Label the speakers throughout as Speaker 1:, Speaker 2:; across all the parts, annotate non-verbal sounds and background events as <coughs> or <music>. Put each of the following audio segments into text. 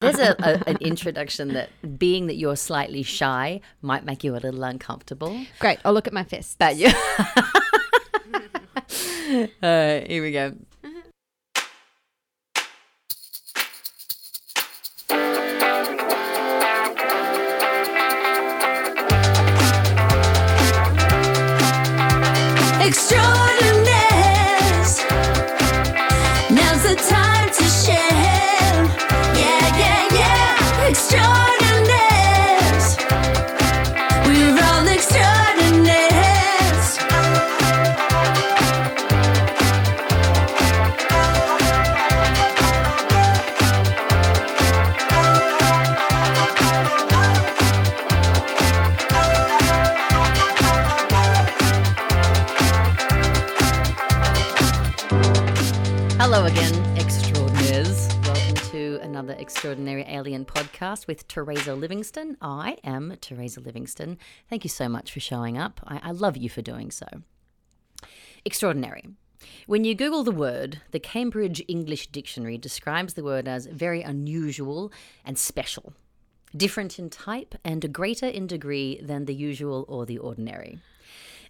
Speaker 1: There's a, a, an introduction that being that you're slightly shy might make you a little uncomfortable.
Speaker 2: Great. I'll look at my fist.
Speaker 1: But you. <laughs> uh, here we go.
Speaker 3: Extraordinaires. Now's the time to share. Yeah, yeah, yeah. Extraordinaires. We're all extraordinaires.
Speaker 1: Hello again, extraordinaires. Welcome to another Extraordinary Alien podcast with Teresa Livingston. I am Teresa Livingston. Thank you so much for showing up. I, I love you for doing so. Extraordinary. When you Google the word, the Cambridge English Dictionary describes the word as very unusual and special, different in type and greater in degree than the usual or the ordinary.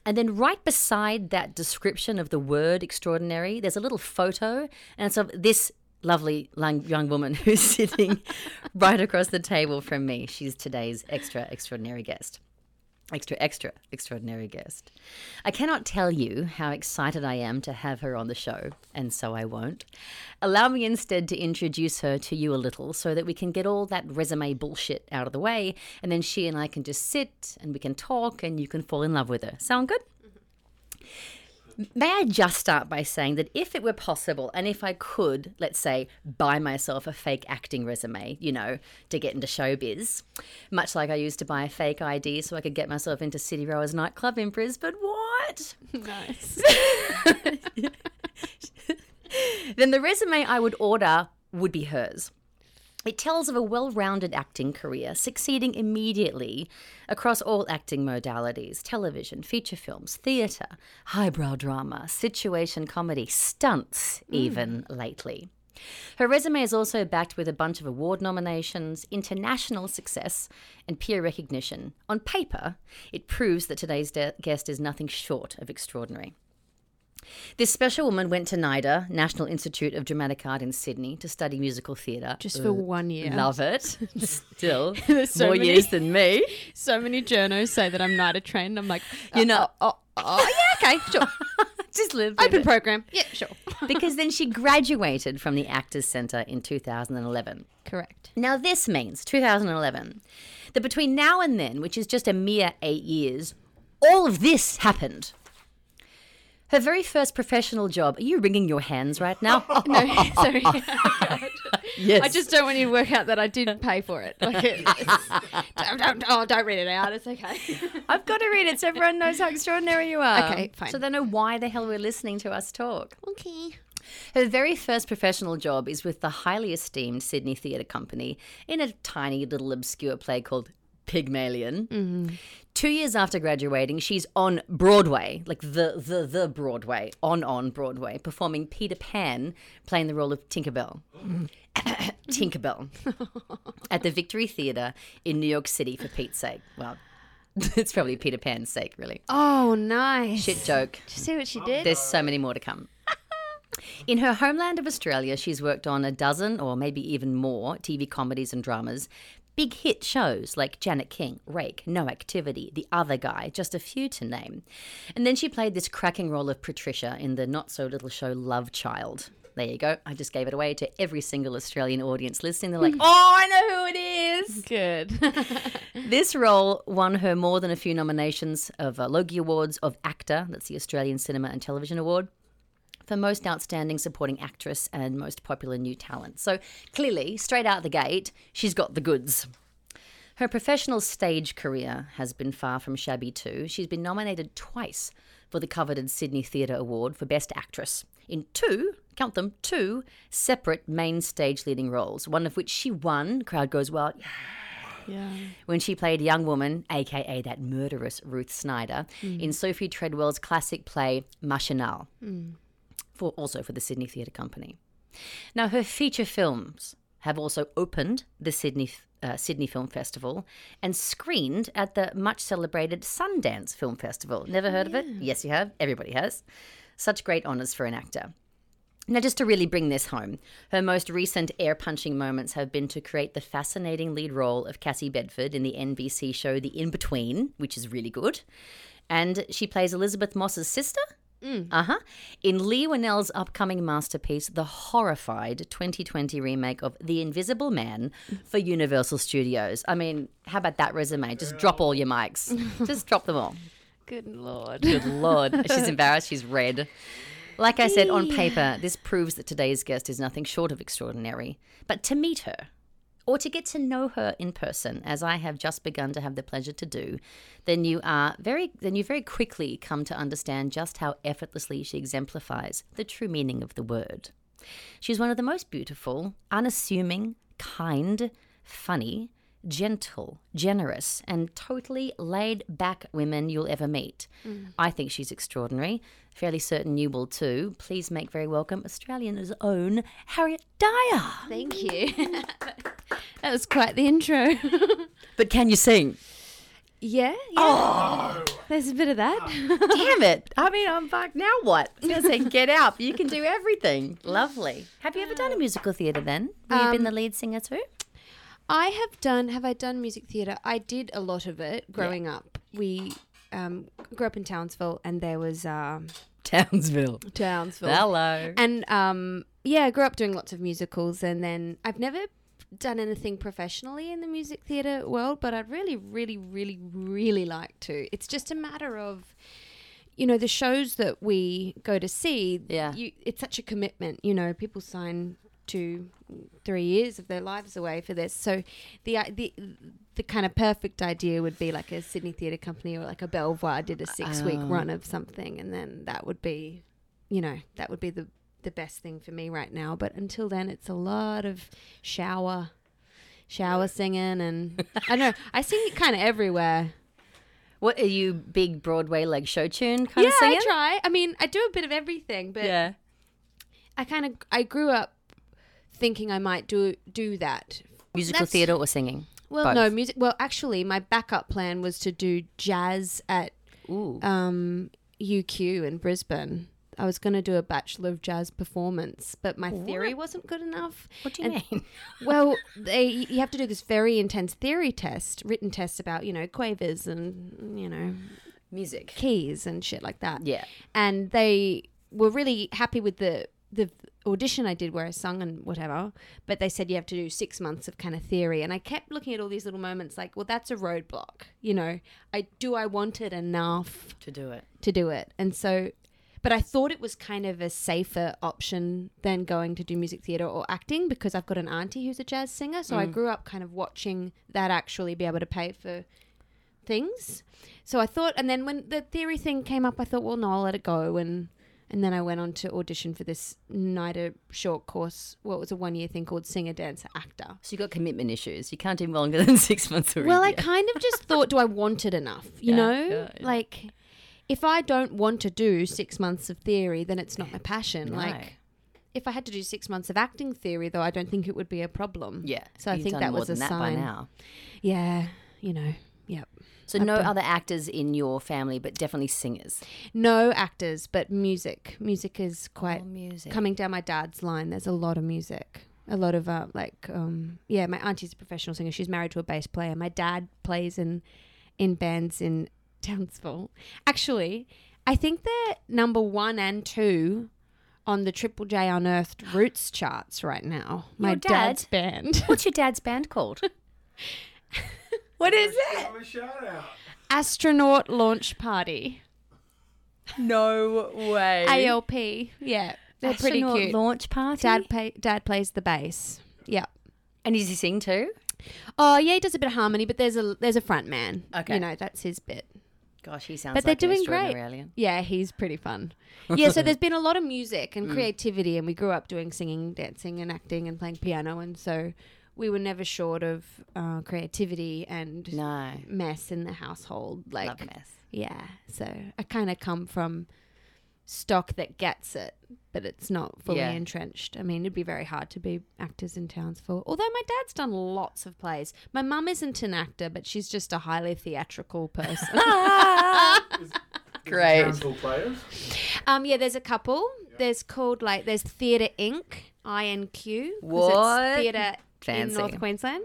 Speaker 1: And then right beside that description of the word extraordinary, there's a little photo, and it's of this lovely lang- young woman <laughs> who's sitting right across the table from me. She's today's extra extraordinary guest. Extra, extra, extraordinary guest. I cannot tell you how excited I am to have her on the show, and so I won't. Allow me instead to introduce her to you a little so that we can get all that resume bullshit out of the way, and then she and I can just sit and we can talk and you can fall in love with her. Sound good? May I just start by saying that if it were possible, and if I could, let's say, buy myself a fake acting resume, you know, to get into showbiz, much like I used to buy a fake ID so I could get myself into City Rowers nightclub in Brisbane, what?
Speaker 2: nice.
Speaker 1: then the resume I would order would be hers. It tells of a well rounded acting career, succeeding immediately across all acting modalities television, feature films, theatre, highbrow drama, situation comedy, stunts, even lately. Her resume is also backed with a bunch of award nominations, international success, and peer recognition. On paper, it proves that today's de- guest is nothing short of extraordinary. This special woman went to NIDA, National Institute of Dramatic Art in Sydney, to study musical theatre.
Speaker 2: Just for one year.
Speaker 1: Love
Speaker 2: <laughs>
Speaker 1: it. Still,
Speaker 2: There's so
Speaker 1: more
Speaker 2: many.
Speaker 1: years than
Speaker 2: <laughs>
Speaker 1: me. Uh,
Speaker 2: So many journos say that I'm NIDA trained. I'm like,
Speaker 1: You know-
Speaker 2: oh,
Speaker 1: uh,
Speaker 2: oh, <laughs> oh, yeah, okay, sure.
Speaker 1: Just live. with
Speaker 2: Open
Speaker 1: it.
Speaker 2: program. Yeah, sure.
Speaker 1: <laughs> because then she graduated from the Actors Centre in 2011.
Speaker 2: Correct.
Speaker 1: Now, this means 2011 that between now and then, which is just a mere eight years, all of this happened. Her very first professional job. Are you wringing your hands right
Speaker 2: <laughs>
Speaker 1: now?
Speaker 2: <laughs> No, sorry.
Speaker 1: yes.
Speaker 2: I just don't want you to work out that I didn't pay for it. Like it it's- don't, don't, oh, don't read it out. It's okay.
Speaker 1: I've got to read it so everyone knows how extraordinary you are.
Speaker 2: Okay, fine.
Speaker 1: So they know why the hell we're listening to us talk.
Speaker 2: Okay.
Speaker 1: Her very first professional job is with the highly esteemed Sydney Theatre Company in a tiny little obscure play called Pygmalion. Two years after graduating, she's on Broadway, like the the the Broadway, on on Broadway, performing Peter Pan, playing the role of Tinkerbell. <coughs> Tinkerbell at the Victory Theatre in New York City for Pete's sake. Well, <laughs> it's probably Peter Pan's sake, really.
Speaker 2: Oh, nice.
Speaker 1: Shit joke.
Speaker 2: Did you see what she did?
Speaker 1: There's so many more to come. <laughs> In her homeland of Australia, she's worked on a dozen or maybe even more TV comedies and dramas. Big hit shows like Janet King, Rake, No Activity, The Other Guy, just a few to name. And then she played this cracking role of Patricia in the not so little show Love Child. There you go. I just gave it away to every single Australian audience listening. <laughs> They're like, oh, I know who it is.
Speaker 2: <laughs> Good.
Speaker 1: This role won her more than a few nominations of uh, Logie Awards of Actor, that's the Australian Cinema and Television Award, for Most Outstanding Supporting Actress and Most Popular New Talent. So clearly, straight out the gate, she's got the goods. Her professional stage career has been far from shabby, too. She's been nominated twice for the coveted Sydney Theatre Award for Best Actress in two, count them, two separate main stage leading roles, one of which she won. Crowd goes wild
Speaker 2: yeah.
Speaker 1: when she played a young woman, aka that murderous Ruth Snyder, in Sophie Treadwell's classic play Machinal, for also for the Sydney Theatre Company. Now her feature films have also opened the Sydney uh, Sydney Film Festival and screened at the much celebrated Sundance Film Festival. Never heard of it? Yes, you have. Everybody has. Such great honors for an actor. Now, just to really bring this home, her most recent air punching moments have been to create the fascinating lead role of Cassie Bedford in the NBC show The In Between, which is really good. And she plays Elizabeth Moss's sister. Uh huh. In Lee Winnell's upcoming masterpiece, the horrified 2020 remake of The Invisible Man for Universal Studios. I mean, how about that resume? Just drop all your mics, just drop them all.
Speaker 2: Good
Speaker 1: <laughs>
Speaker 2: lord.
Speaker 1: Good lord. She's embarrassed. She's red. Like I said, on paper, this proves that today's guest is nothing short of extraordinary. But to meet her, or to get to know her in person, as I have just begun to have the pleasure to do, then you are very then you very quickly come to understand just how effortlessly she exemplifies the true meaning of the word. She's one of the most beautiful, unassuming, kind, funny, gentle, generous, and totally laid back women you'll ever meet. I think she's extraordinary. Fairly certain you will too. Please make very welcome Australian's own Harriet Dyer.
Speaker 2: Thank <laughs> you. that was quite the intro.
Speaker 1: But can you sing?
Speaker 2: yeah, yeah. There's a bit of that.
Speaker 1: Damn it. I mean, I'm back. Now what? I was going to say, get out. but You can do everything. Lovely. Have you ever done a musical theatre then? Have you been the lead singer too?
Speaker 2: I have done. Have I done music theatre? I did a lot of it growing up. We um, grew up in Townsville, and there was um,
Speaker 1: Townsville.
Speaker 2: Townsville.
Speaker 1: Hello.
Speaker 2: And um, yeah, I grew up doing lots of musicals, and then I've never done anything professionally in the music theatre world, but I'd really, really, really, really like to. It's just a matter of, you know, the shows that we go to see.
Speaker 1: Yeah.
Speaker 2: you, it's such a commitment. You know, people sign two, three years of their lives away for this. So, the i- the the kind of perfect idea would be like a Sydney Theatre Company or like a Belvoir did a six week
Speaker 1: Oh.
Speaker 2: run of something, and then that would be you know, that would be the the best thing for me right now. But until then, it's a lot of shower, shower singing, and I know I sing it kind
Speaker 1: <laughs>
Speaker 2: of everywhere.
Speaker 1: What are you, big Broadway like show tune kind
Speaker 2: yeah,
Speaker 1: of singer?
Speaker 2: I try. I mean, I do a bit of everything, but
Speaker 1: Yeah.
Speaker 2: I kind of I grew up thinking I might do do that.
Speaker 1: Musical
Speaker 2: That's-
Speaker 1: theatre or singing?
Speaker 2: Well,
Speaker 1: Both.
Speaker 2: no music. Well, actually, my backup plan was to do jazz at
Speaker 1: Ooh.
Speaker 2: um, UQ in Brisbane. I was going to do a Bachelor of Jazz performance, but my theory wasn't good enough.
Speaker 1: what do you
Speaker 2: and-
Speaker 1: mean?
Speaker 2: Well, they you have to do this very intense theory test, written tests about you know quavers and you know
Speaker 1: <laughs> Music.
Speaker 2: keys and shit like that.
Speaker 1: Yeah.
Speaker 2: And they were really happy with the the audition I did where I sung and whatever, but they said you have to do six months of kind of theory. And I kept looking at all these little moments like, well, that's a roadblock. You know, I do I want it enough
Speaker 1: To do it.
Speaker 2: to do it. And so, but I thought it was kind of a safer option than going to do music theatre or acting because I've got an auntie who's a jazz singer. So I grew up kind of watching that actually be able to pay for things. So I thought, and then when the theory thing came up, I thought, well, no, I'll let it go. And, and then I went on to audition for this NIDA short course. Well, it was a one year thing called Singer, Dancer, Actor.
Speaker 1: So you've got commitment issues. You can't do longer than <laughs> six months already.
Speaker 2: Well, I kind of just thought, do I want it enough? You
Speaker 1: <laughs> Yeah,
Speaker 2: know,
Speaker 1: yeah, yeah.
Speaker 2: like if I don't want to do six months of theory, then it's not my passion.
Speaker 1: No.
Speaker 2: Like if I had to do six months of acting theory, though, I don't think it would be a problem.
Speaker 1: Yeah.
Speaker 2: So I
Speaker 1: You've
Speaker 2: think
Speaker 1: done
Speaker 2: that
Speaker 1: more
Speaker 2: was a
Speaker 1: than that
Speaker 2: sign.
Speaker 1: by now.
Speaker 2: Yeah. You know. Yep.
Speaker 1: So
Speaker 2: I've
Speaker 1: no
Speaker 2: done-
Speaker 1: other actors in your family, but definitely singers.
Speaker 2: No actors, but music. Music is quite
Speaker 1: music.
Speaker 2: coming down my dad's line. There's a lot of music. A lot of uh, like um yeah, my auntie's a professional singer. She's married to a bass player. My dad plays in in bands in <laughs> Townsville. Actually, I think they're number 1 and 2 on the Triple J Unearthed Roots charts right now. my
Speaker 1: Your dad?
Speaker 2: dad's band. <laughs>
Speaker 1: What's your dad's band <laughs> called?
Speaker 2: what is it?
Speaker 4: Give him a shout out.
Speaker 2: Astronaut Launch Party.
Speaker 1: no way.
Speaker 2: ALP. Yeah. They're pretty cute.
Speaker 1: Launch party.
Speaker 2: dad pay- dad plays the bass. Yeah.
Speaker 1: and does he sing too?
Speaker 2: Oh yeah, he does a bit of harmony, but there's a there's a front man.
Speaker 1: Okay.
Speaker 2: you know that's his bit.
Speaker 1: Gosh, he sounds.
Speaker 2: But
Speaker 1: like
Speaker 2: they're
Speaker 1: an
Speaker 2: doing
Speaker 1: extraordinary
Speaker 2: great.
Speaker 1: Alien.
Speaker 2: Yeah, he's pretty fun. <laughs> Mm. Yeah, so there's been a lot of music and creativity, and we grew up doing singing, dancing, and acting, and playing piano, and so we were never short of uh, creativity and
Speaker 1: No,
Speaker 2: mess in the household. Like,
Speaker 1: love mess.
Speaker 2: yeah, so I kind of come from stock that gets it, but it's not fully
Speaker 1: Yeah.
Speaker 2: entrenched. I mean, it'd be very hard to be actors in Townsville. Although my dad's done lots of plays. My mum isn't an actor, but she's just a highly theatrical person.
Speaker 1: <laughs>
Speaker 2: <laughs>
Speaker 1: Great.
Speaker 4: Council players.
Speaker 2: um, yeah, there's a couple. There's called like there's Theatre Inc. INQ. 'cause
Speaker 1: What?
Speaker 2: It's theatre in
Speaker 1: Fancy.
Speaker 2: North Queensland.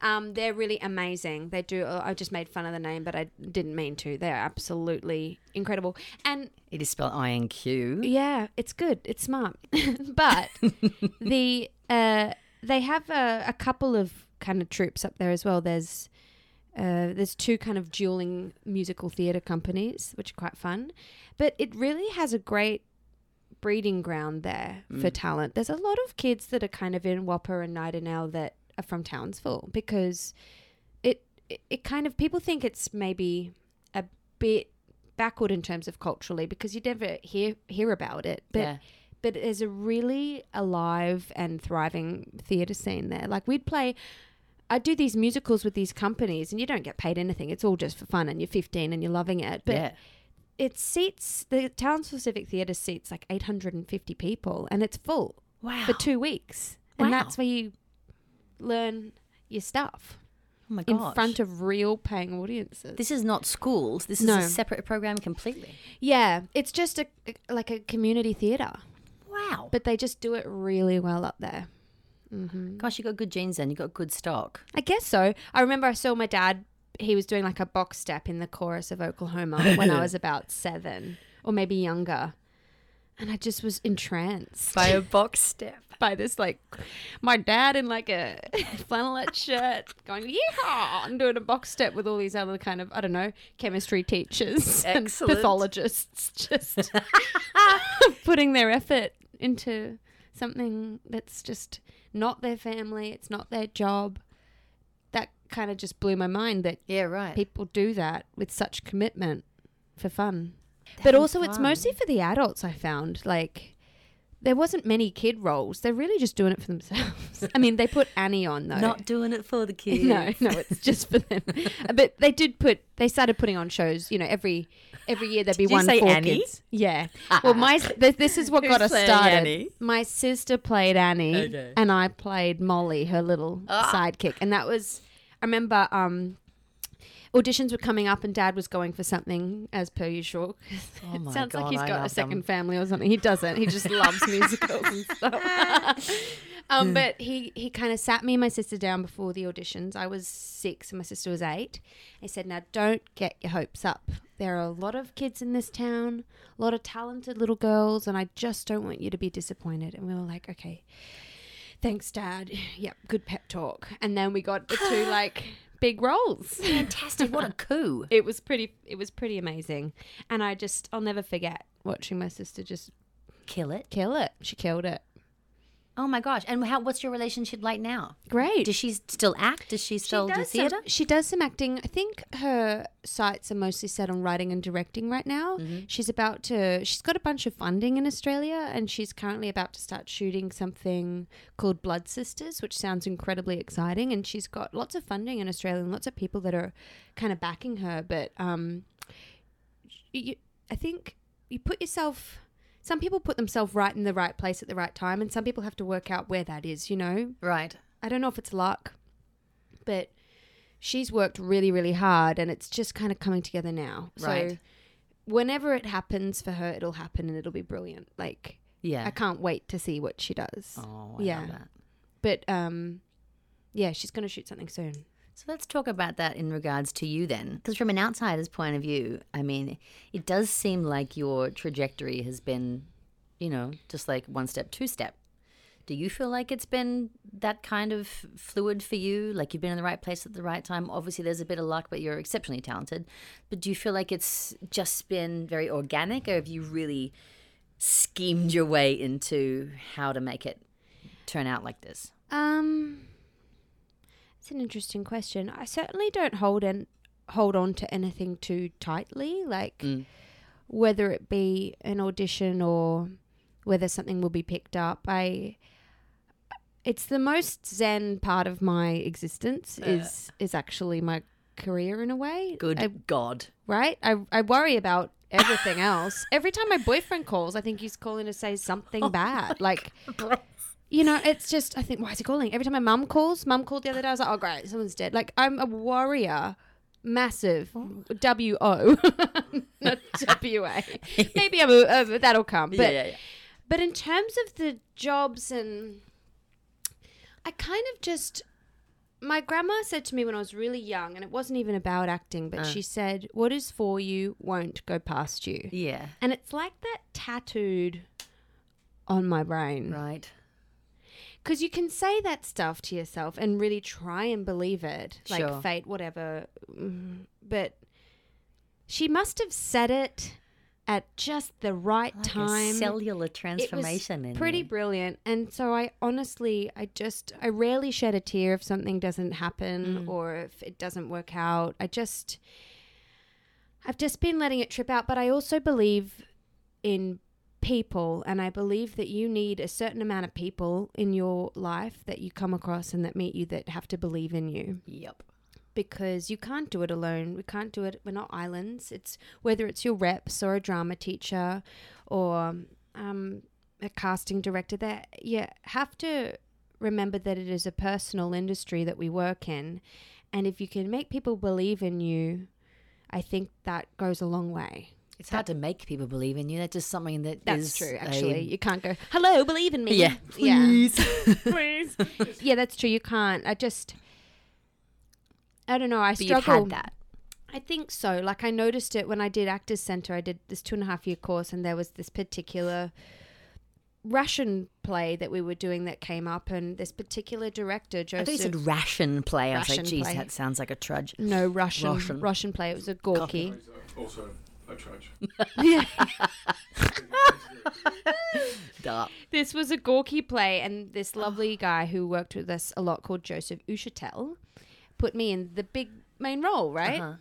Speaker 2: Um, they're really amazing. They do. oh, I just made fun of the name, but I didn't mean to. They're absolutely incredible. And
Speaker 1: It is spelled I N Q.
Speaker 2: Yeah, it's good. It's smart. <laughs> but the uh, they have a, a couple of kind of troops up there as well. There's uh, there's two kind of dueling musical theatre companies, which are quite fun. But it really has a great breeding ground there for
Speaker 1: Mm.
Speaker 2: talent. There's a lot of kids that are kind of in Whopper and Night and Owl that are from Townsville because it, it it kind of people think it's maybe a bit backward in terms of culturally because you never hear hear about it. But
Speaker 1: Yeah.
Speaker 2: but there's a really alive and thriving theatre scene there. Like we'd play I do these musicals with these companies and you don't get paid anything. It's all just for fun and you're 15 and you're loving it. But
Speaker 1: Yeah.
Speaker 2: it seats the Townsville Civic Theatre seats like 850 people, and it's full
Speaker 1: Wow.
Speaker 2: for two weeks, and
Speaker 1: Wow.
Speaker 2: that's where you learn your stuff
Speaker 1: Oh my
Speaker 2: in
Speaker 1: gosh.
Speaker 2: front of real paying audiences.
Speaker 1: This is not schools. This is
Speaker 2: No.
Speaker 1: a separate program completely.
Speaker 2: yeah, it's just a like a community theatre,
Speaker 1: Wow. But
Speaker 2: but they just do it really well up there.
Speaker 1: gosh, you got good genes then. You got good stock.
Speaker 2: I guess so. I remember I saw my dad. He was doing like a box step in the chorus of Oklahoma
Speaker 1: <laughs>
Speaker 2: when I was about seven or maybe younger. And I just was entranced.
Speaker 1: <laughs> By a box step.
Speaker 2: <laughs> by this like my dad in like a <laughs> flannelette shirt going yeehaw and doing a box step with all these other kind of I don't know chemistry teachers <laughs>
Speaker 1: Excellent.
Speaker 2: and pathologists <laughs> just putting their effort into something that's just not their family it's not their job that kind of just blew my mind that
Speaker 1: Yeah, right.
Speaker 2: people do that with such commitment for fun. but also, it's
Speaker 1: fun.
Speaker 2: mostly for the adults, I found. Like, there wasn't many kid roles. They're really just doing it for themselves. <laughs> I mean, they put Annie on, though. <laughs>
Speaker 1: Not doing it for the kids.
Speaker 2: no, no, it's just
Speaker 1: <laughs>
Speaker 2: for them. But they did put. They started putting on shows. You know, every every year there'd be
Speaker 1: Did you
Speaker 2: one
Speaker 1: say
Speaker 2: for
Speaker 1: Annie?
Speaker 2: kids. Yeah. well, my s- th- this is what
Speaker 1: Who's
Speaker 2: got us
Speaker 1: playing
Speaker 2: started.
Speaker 1: Annie?
Speaker 2: My sister played Annie,
Speaker 1: Okay. Ah.
Speaker 2: and I played Molly, her little sidekick, and that was. I remember um, auditions were coming up, and Dad was going for something as per usual.
Speaker 1: Oh
Speaker 2: it
Speaker 1: my
Speaker 2: sounds
Speaker 1: God,
Speaker 2: like he's
Speaker 1: I
Speaker 2: got a
Speaker 1: love them.
Speaker 2: second family or something. He doesn't. He
Speaker 1: <laughs>
Speaker 2: just loves musicals and stuff. um, but he he kind of sat me and my sister down before the auditions. I was six and my sister was eight. He said, "Now don't get your hopes up. There are a lot of kids in this town, a lot of talented little girls, and I just don't want you to be disappointed." And we were like, "Okay." Thanks, Dad. <laughs> Yep, good pep talk. And then we got the
Speaker 1: <gasps>
Speaker 2: two like big roles.
Speaker 1: Fantastic. <laughs> What a coup.
Speaker 2: It was pretty. It was pretty amazing, and I just I'll never forget watching my sister just
Speaker 1: Kill it.
Speaker 2: kill it. She killed it.
Speaker 1: Oh my gosh. And how? what's your relationship like now?
Speaker 2: Great.
Speaker 1: Does she still act? Does she still do theatre?
Speaker 2: she does some acting. I think her sights are mostly set on writing and directing right now. She's about to. She's got a bunch of funding in Australia, and she's currently about to start shooting something called Blood Sisters, which sounds incredibly exciting. And she's got lots of funding in Australia and lots of people that are kind of backing her. But um, you, I think you put yourself. Some people put themselves right in the right place at the right time, and some people have to work out where that is. You know,
Speaker 1: Right.
Speaker 2: I don't know if it's luck, but she's worked really, really hard and it's just kind of coming together now. So
Speaker 1: Right.
Speaker 2: whenever it happens for her, it'll happen and it'll be brilliant. Like
Speaker 1: Yeah.
Speaker 2: I can't wait to see what she does.
Speaker 1: Oh, I
Speaker 2: Yeah.
Speaker 1: love that.
Speaker 2: But um yeah, she's going to shoot something soon.
Speaker 1: So let's talk about that in regards to you then. Because from an outsider's point of view, I mean, it does seem like your trajectory has been, you know, just like one step, two step. Do you feel like it's been that kind of fluid for you? Like you've been in the right place at the right time? Obviously, there's a bit of luck, but you're exceptionally talented. But do you feel like it's just been very organic, or have you really schemed your way into how to make it turn out like this?
Speaker 2: Um It's an interesting question. I certainly don't hold and hold on to anything too tightly, like whether it be an audition or whether something will be picked up. I it's the most zen part of my existence is is actually my career in a way.
Speaker 1: Good
Speaker 2: I,
Speaker 1: God.
Speaker 2: right? I I worry about everything else. Every time my boyfriend calls, I think he's calling to say something bad. Like, you know, it's just, I think, why is he calling? Every time my mum calls, mum called the other day, I was like, oh, great, someone's dead. Like, I'm a warrior. Massive W O, <laughs> not W A. Maybe I'm a, uh, that'll come. But
Speaker 1: yeah, yeah, yeah.
Speaker 2: but in terms of the jobs and I kind of just my grandma said to me when I was really young and it wasn't even about acting
Speaker 1: Uh.
Speaker 2: but she said what is for you won't go past you.
Speaker 1: Yeah.
Speaker 2: And it's like that tattooed on my brain
Speaker 1: Right.
Speaker 2: because you can say that stuff to yourself and really try and believe it like
Speaker 1: Sure.
Speaker 2: fate whatever Mm, but she must have said it at just the right
Speaker 1: Like
Speaker 2: time
Speaker 1: a cellular
Speaker 2: it was
Speaker 1: transformation. in
Speaker 2: pretty
Speaker 1: you.
Speaker 2: brilliant and so i honestly i just i rarely shed a tear if something doesn't happen or if it doesn't work out i just i've just been letting it trip out but i also believe in people and i believe that you need a certain amount of people in your life that you come across and that meet you that have to believe in you
Speaker 1: Yep.
Speaker 2: because you can't do it alone. We can't do it. We're not islands. It's whether it's your reps or a drama teacher or um, a casting director. That you have to remember that it is a personal industry that we work in, and if you can make people believe in you, I think that goes a long way.
Speaker 1: It's hard to make people believe in you. That's just something that
Speaker 2: That's
Speaker 1: is
Speaker 2: true.
Speaker 1: a-
Speaker 2: Actually, you can't go. Hello, believe in me.
Speaker 1: yeah.
Speaker 2: Yeah.
Speaker 1: <laughs> Please.
Speaker 2: Please. yeah, that's true. You can't. I just. I don't know. I
Speaker 1: But
Speaker 2: struggle.
Speaker 1: you've had that.
Speaker 2: I think so. Like I noticed it when I did Actors Center. I did this two and a half year course, and there was this particular Russian play that we were doing that came up, and this particular director,
Speaker 1: I thought you
Speaker 2: Joseph.
Speaker 1: said ration play. I was like,
Speaker 2: Ration
Speaker 1: geez,
Speaker 2: play.
Speaker 1: that sounds like a trudge.
Speaker 2: no Russian,
Speaker 1: Russian.
Speaker 2: Russian play. It was a Gorky.
Speaker 4: Also, I charge.
Speaker 1: Duh.
Speaker 2: This was a Gorky play, and this
Speaker 1: Ah.
Speaker 2: lovely guy who worked with us a lot, called Joseph Ushatel, put me in the big main role, right?
Speaker 1: Uh-huh.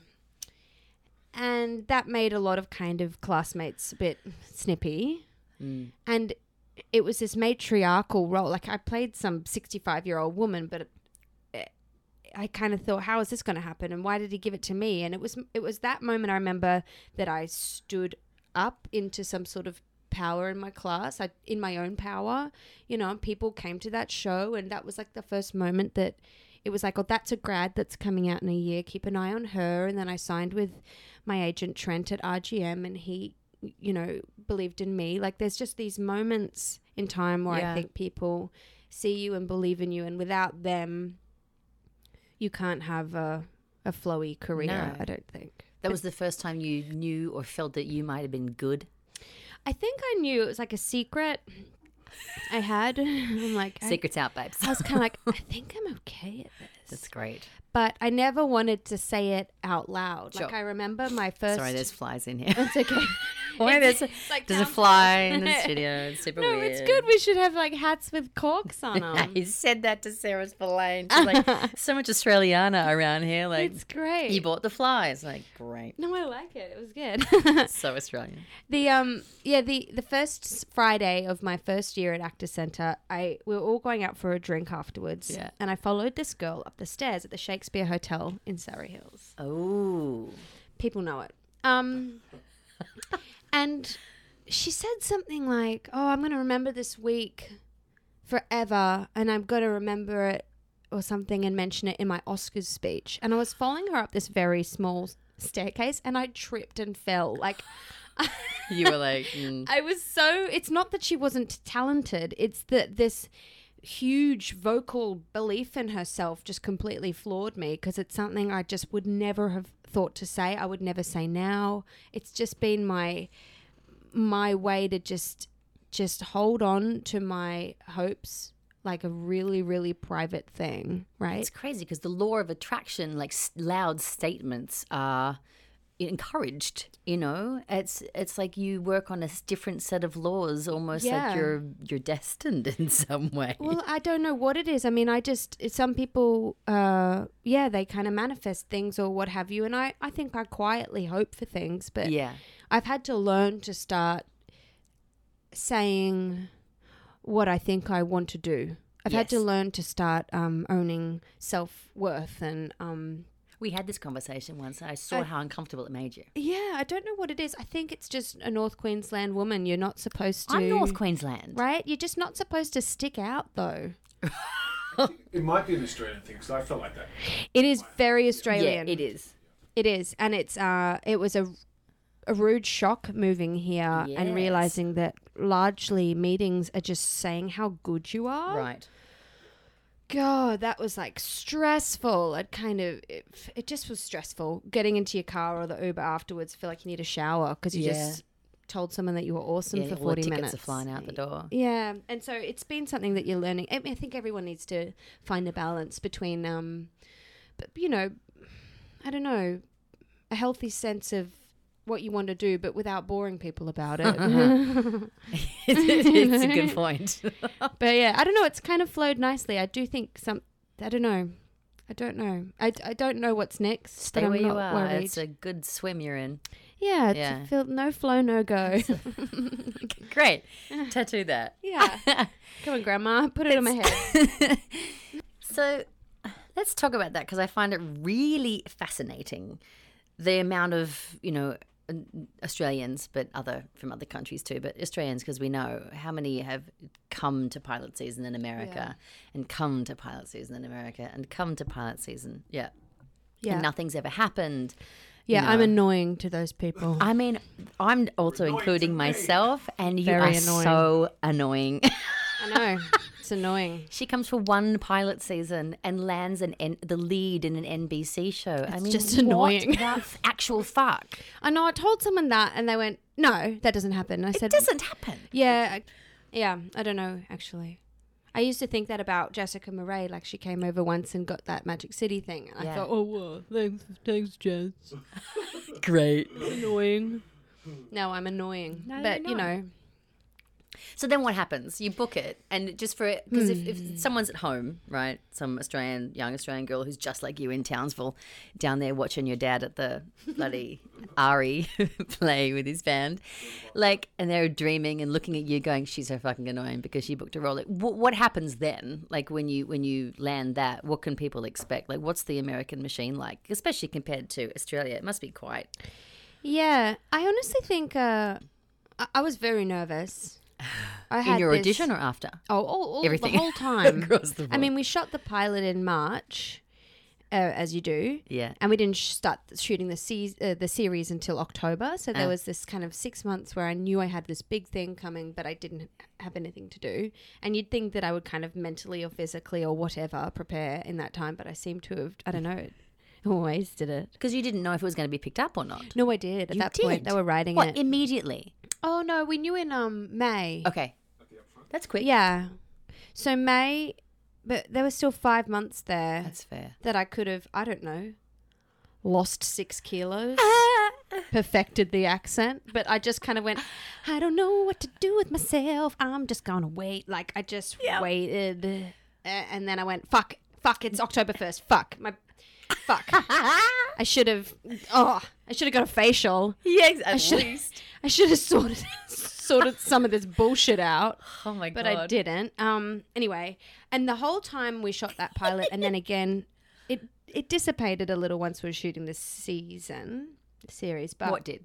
Speaker 2: and that made a lot of kind of classmates a bit snippy and it was this matriarchal role like i played some 65 year old woman but it- i kind of thought how is this going to happen and why did he give it to me and it was it was that moment i remember that i stood up into some sort of power in my class I, in my own power you know and people came to that show and that was like the first moment that it was like oh that's a grad that's coming out in a year keep an eye on her and then i signed with my agent trent at rgm and he you know believed in me like there's just these moments in time where
Speaker 1: Yeah.
Speaker 2: i think people see you and believe in you and without them you can't have a, a flowy career
Speaker 1: No.
Speaker 2: i don't think
Speaker 1: That was the first time you knew or felt that you might have been good.
Speaker 2: I think I knew it was like a secret I had. <laughs> I'm like, I-
Speaker 1: Secrets out, babes.
Speaker 2: I, was kind of like, I think I'm okay at
Speaker 1: <laughs>
Speaker 2: this,
Speaker 1: That's great.
Speaker 2: but I never wanted to say it out loud. Like
Speaker 1: Sure.
Speaker 2: I remember my first.
Speaker 1: Sorry,
Speaker 2: <laughs>
Speaker 1: there's flies in here.
Speaker 2: It's okay.
Speaker 1: <laughs> Why
Speaker 2: It's-
Speaker 1: there's a,
Speaker 2: it's like
Speaker 1: there's a
Speaker 2: down-
Speaker 1: fly in <laughs> the studio? It's super
Speaker 2: No,
Speaker 1: weird.
Speaker 2: it's good. We should have like hats with
Speaker 1: <laughs>
Speaker 2: corks on them.
Speaker 1: He said that to Sarah Spillane. She's <laughs> like, so much Australiana around here. Like,
Speaker 2: it's great.
Speaker 1: you bought the flies. Like, great.
Speaker 2: no, I like it. It was good. <laughs>
Speaker 1: So Australian.
Speaker 2: The um yeah the the first s- Friday of my first year at Actor Centre, I we were all going out for a drink afterwards,
Speaker 1: Yeah.
Speaker 2: and I followed this girl up the stairs at the Shakespeare Hotel in Surrey Hills.
Speaker 1: Oh,
Speaker 2: People know it. Um, and she said something like, "Oh, I'm going to remember this week forever, and I'm going to remember it or something, and mention it in my Oscars speech." And I was following her up this very small s- staircase, and I tripped and fell like.
Speaker 1: you were <laughs> like, mm,
Speaker 2: I was so. It's not that she wasn't talented. It's that this huge vocal belief in herself just completely floored me because it's something I just would never have thought to say. I would never say now. It's just been my my way to just just hold on to my hopes like a really really private thing, right?
Speaker 1: it's crazy because the law of attraction, like s- loud statements are encouraged. You know, it's it's like you work on a s- different set of laws, almost
Speaker 2: Yeah.
Speaker 1: like you're you're destined <laughs> in some way.
Speaker 2: Well, I don't know what it is. I mean, I just it- some people, uh, yeah, they kind of manifest things or what have you, and I I think I quietly hope for things, but
Speaker 1: yeah,
Speaker 2: I've had to learn to start saying what I think I want to do. I've had to
Speaker 1: Yes.
Speaker 2: learn to start um, owning self worth and um,
Speaker 1: We had this conversation once. and I saw
Speaker 2: I-
Speaker 1: how uncomfortable it made you.
Speaker 2: Yeah, I don't know what it is. I think it's just a North Queensland woman. You're not supposed to.
Speaker 1: I'm North Queensland.
Speaker 2: Right? You're just not supposed to stick out, though.
Speaker 4: It might be an Australian thing because I felt like that.
Speaker 2: It is very Australian.
Speaker 1: Yeah, it is.
Speaker 2: It is, and it's uh, it was a, a rude shock moving here
Speaker 1: Yes.
Speaker 2: and realizing that largely meetings are just saying how good you are.
Speaker 1: Right.
Speaker 2: God, that was like stressful. It kind of it, it just was stressful getting into your car or the Uber afterwards. Feel like you need a shower because you
Speaker 1: Yeah.
Speaker 2: just told someone that you were awesome
Speaker 1: Yeah,
Speaker 2: for
Speaker 1: all the
Speaker 2: forty
Speaker 1: tickets
Speaker 2: minutes.
Speaker 1: are flying out the <laughs> door.
Speaker 2: Yeah, and so it's been something that you're learning. I, mean, I think everyone needs to find a balance between, um, but you know, I don't know, a healthy sense of what you want to do, but without boring people
Speaker 1: <laughs>
Speaker 2: about it. <laughs>
Speaker 1: it's, it's a good point.
Speaker 2: but yeah, I don't know. It's kind of flowed nicely. I do think some. I don't know. I don't know. I, I don't know what's next. but
Speaker 1: Stay
Speaker 2: I'm
Speaker 1: where you
Speaker 2: not
Speaker 1: are.
Speaker 2: Worried.
Speaker 1: It's a good swim you're in.
Speaker 2: yeah, it's
Speaker 1: yeah.
Speaker 2: A feel, no flow, no go.
Speaker 1: <laughs> Great. Tattoo that.
Speaker 2: <laughs> yeah.
Speaker 1: <laughs>
Speaker 2: Come on, Grandma. Put it on my head.
Speaker 1: So let's talk about that because I find it really fascinating the amount of, you know, n- Australians, but other from other countries too, but Australians because we know how many have come to pilot season in America and come to pilot season in America and come to pilot season. Yeah.
Speaker 2: Yeah.
Speaker 1: And nothing's ever happened.
Speaker 2: Yeah, I'm annoying to those people.
Speaker 1: I mean, I'm also
Speaker 4: Annoying to
Speaker 1: including
Speaker 4: me.
Speaker 1: myself, and you
Speaker 2: Very
Speaker 1: are
Speaker 2: annoying.
Speaker 1: so annoying. <laughs>
Speaker 2: I know. It's annoying.
Speaker 1: She comes for one pilot season and lands an N- the lead in an NBC show. I mean,
Speaker 2: just
Speaker 1: what
Speaker 2: annoying.
Speaker 1: the f- actual fuck?
Speaker 2: I know. I told someone that, and they went, "No, that doesn't happen." I
Speaker 1: It
Speaker 2: said,
Speaker 1: doesn't happen.
Speaker 2: "Yeah, I, yeah. I don't know. Actually, I used to think that about Jessica Murray. Like she came over once and got that Magic City thing, and
Speaker 1: Yeah.
Speaker 2: I thought, oh, whoa, thanks, thanks, Jess.
Speaker 1: <laughs> Great.
Speaker 2: Annoying. No, I'm annoying.
Speaker 1: No,
Speaker 2: but
Speaker 1: you're
Speaker 2: you
Speaker 1: not.
Speaker 2: know,
Speaker 1: So then what happens? You book it, and just for it, because if,
Speaker 2: Hmm.
Speaker 1: if someone's at home, right, some Australian, young Australian girl who's just like you in Townsville, down there watching your dad at the
Speaker 2: <laughs>
Speaker 1: bloody Ari <laughs> play with his band, like, and they're dreaming and looking at you, going, "She's so fucking annoying because she booked a role." Like, wh- what happens then? Like when you when you land that, what can people expect? Like, what's the American machine like, especially compared to Australia? It must be quite.
Speaker 2: yeah. I honestly think uh, I, I was very nervous. I
Speaker 1: In
Speaker 2: had
Speaker 1: your
Speaker 2: this-
Speaker 1: audition or after? <laughs>
Speaker 2: Oh, all, all
Speaker 1: Everything.
Speaker 2: the
Speaker 1: <laughs>
Speaker 2: whole time.
Speaker 1: Across the
Speaker 2: I
Speaker 1: board.
Speaker 2: mean, we shot the pilot in March, uh, as you do.
Speaker 1: Yeah.
Speaker 2: and we didn't sh- start th- shooting the seas uh, the series until October. So there
Speaker 1: Ah.
Speaker 2: was this kind of six months where I knew I had this big thing coming, but I didn't have anything to do. And you'd think that I would kind of mentally or physically or whatever prepare in that time, but I seem to have I don't know, <laughs> always did it.
Speaker 1: Because you didn't know if it was going to be picked up or not.
Speaker 2: No, I did. At
Speaker 1: You
Speaker 2: that point,
Speaker 1: did?
Speaker 2: they were writing
Speaker 1: What
Speaker 2: it.
Speaker 1: immediately?
Speaker 2: oh no, we knew in um May.
Speaker 1: Okay, that's quick.
Speaker 2: Yeah, so May, but there were still five months there
Speaker 1: that's fair.
Speaker 2: that I could have I don't know lost six kilos.
Speaker 1: Ah,
Speaker 2: perfected the accent, but I just kind of went, I don't know what to do with myself. I'm just gonna wait. Like I just waited, A- and then I went, fuck, fuck. It's October first. Fuck my, fuck. I should have. Oh, I should have got a facial.
Speaker 1: <laughs> Yes, at
Speaker 2: should- I should have <laughs> sorted sorted some of this bullshit out.
Speaker 1: Oh my god!
Speaker 2: But I didn't. Um. Anyway, and the whole time we shot that pilot, and then again, it it dissipated a little once we were shooting this season series. But
Speaker 1: What did?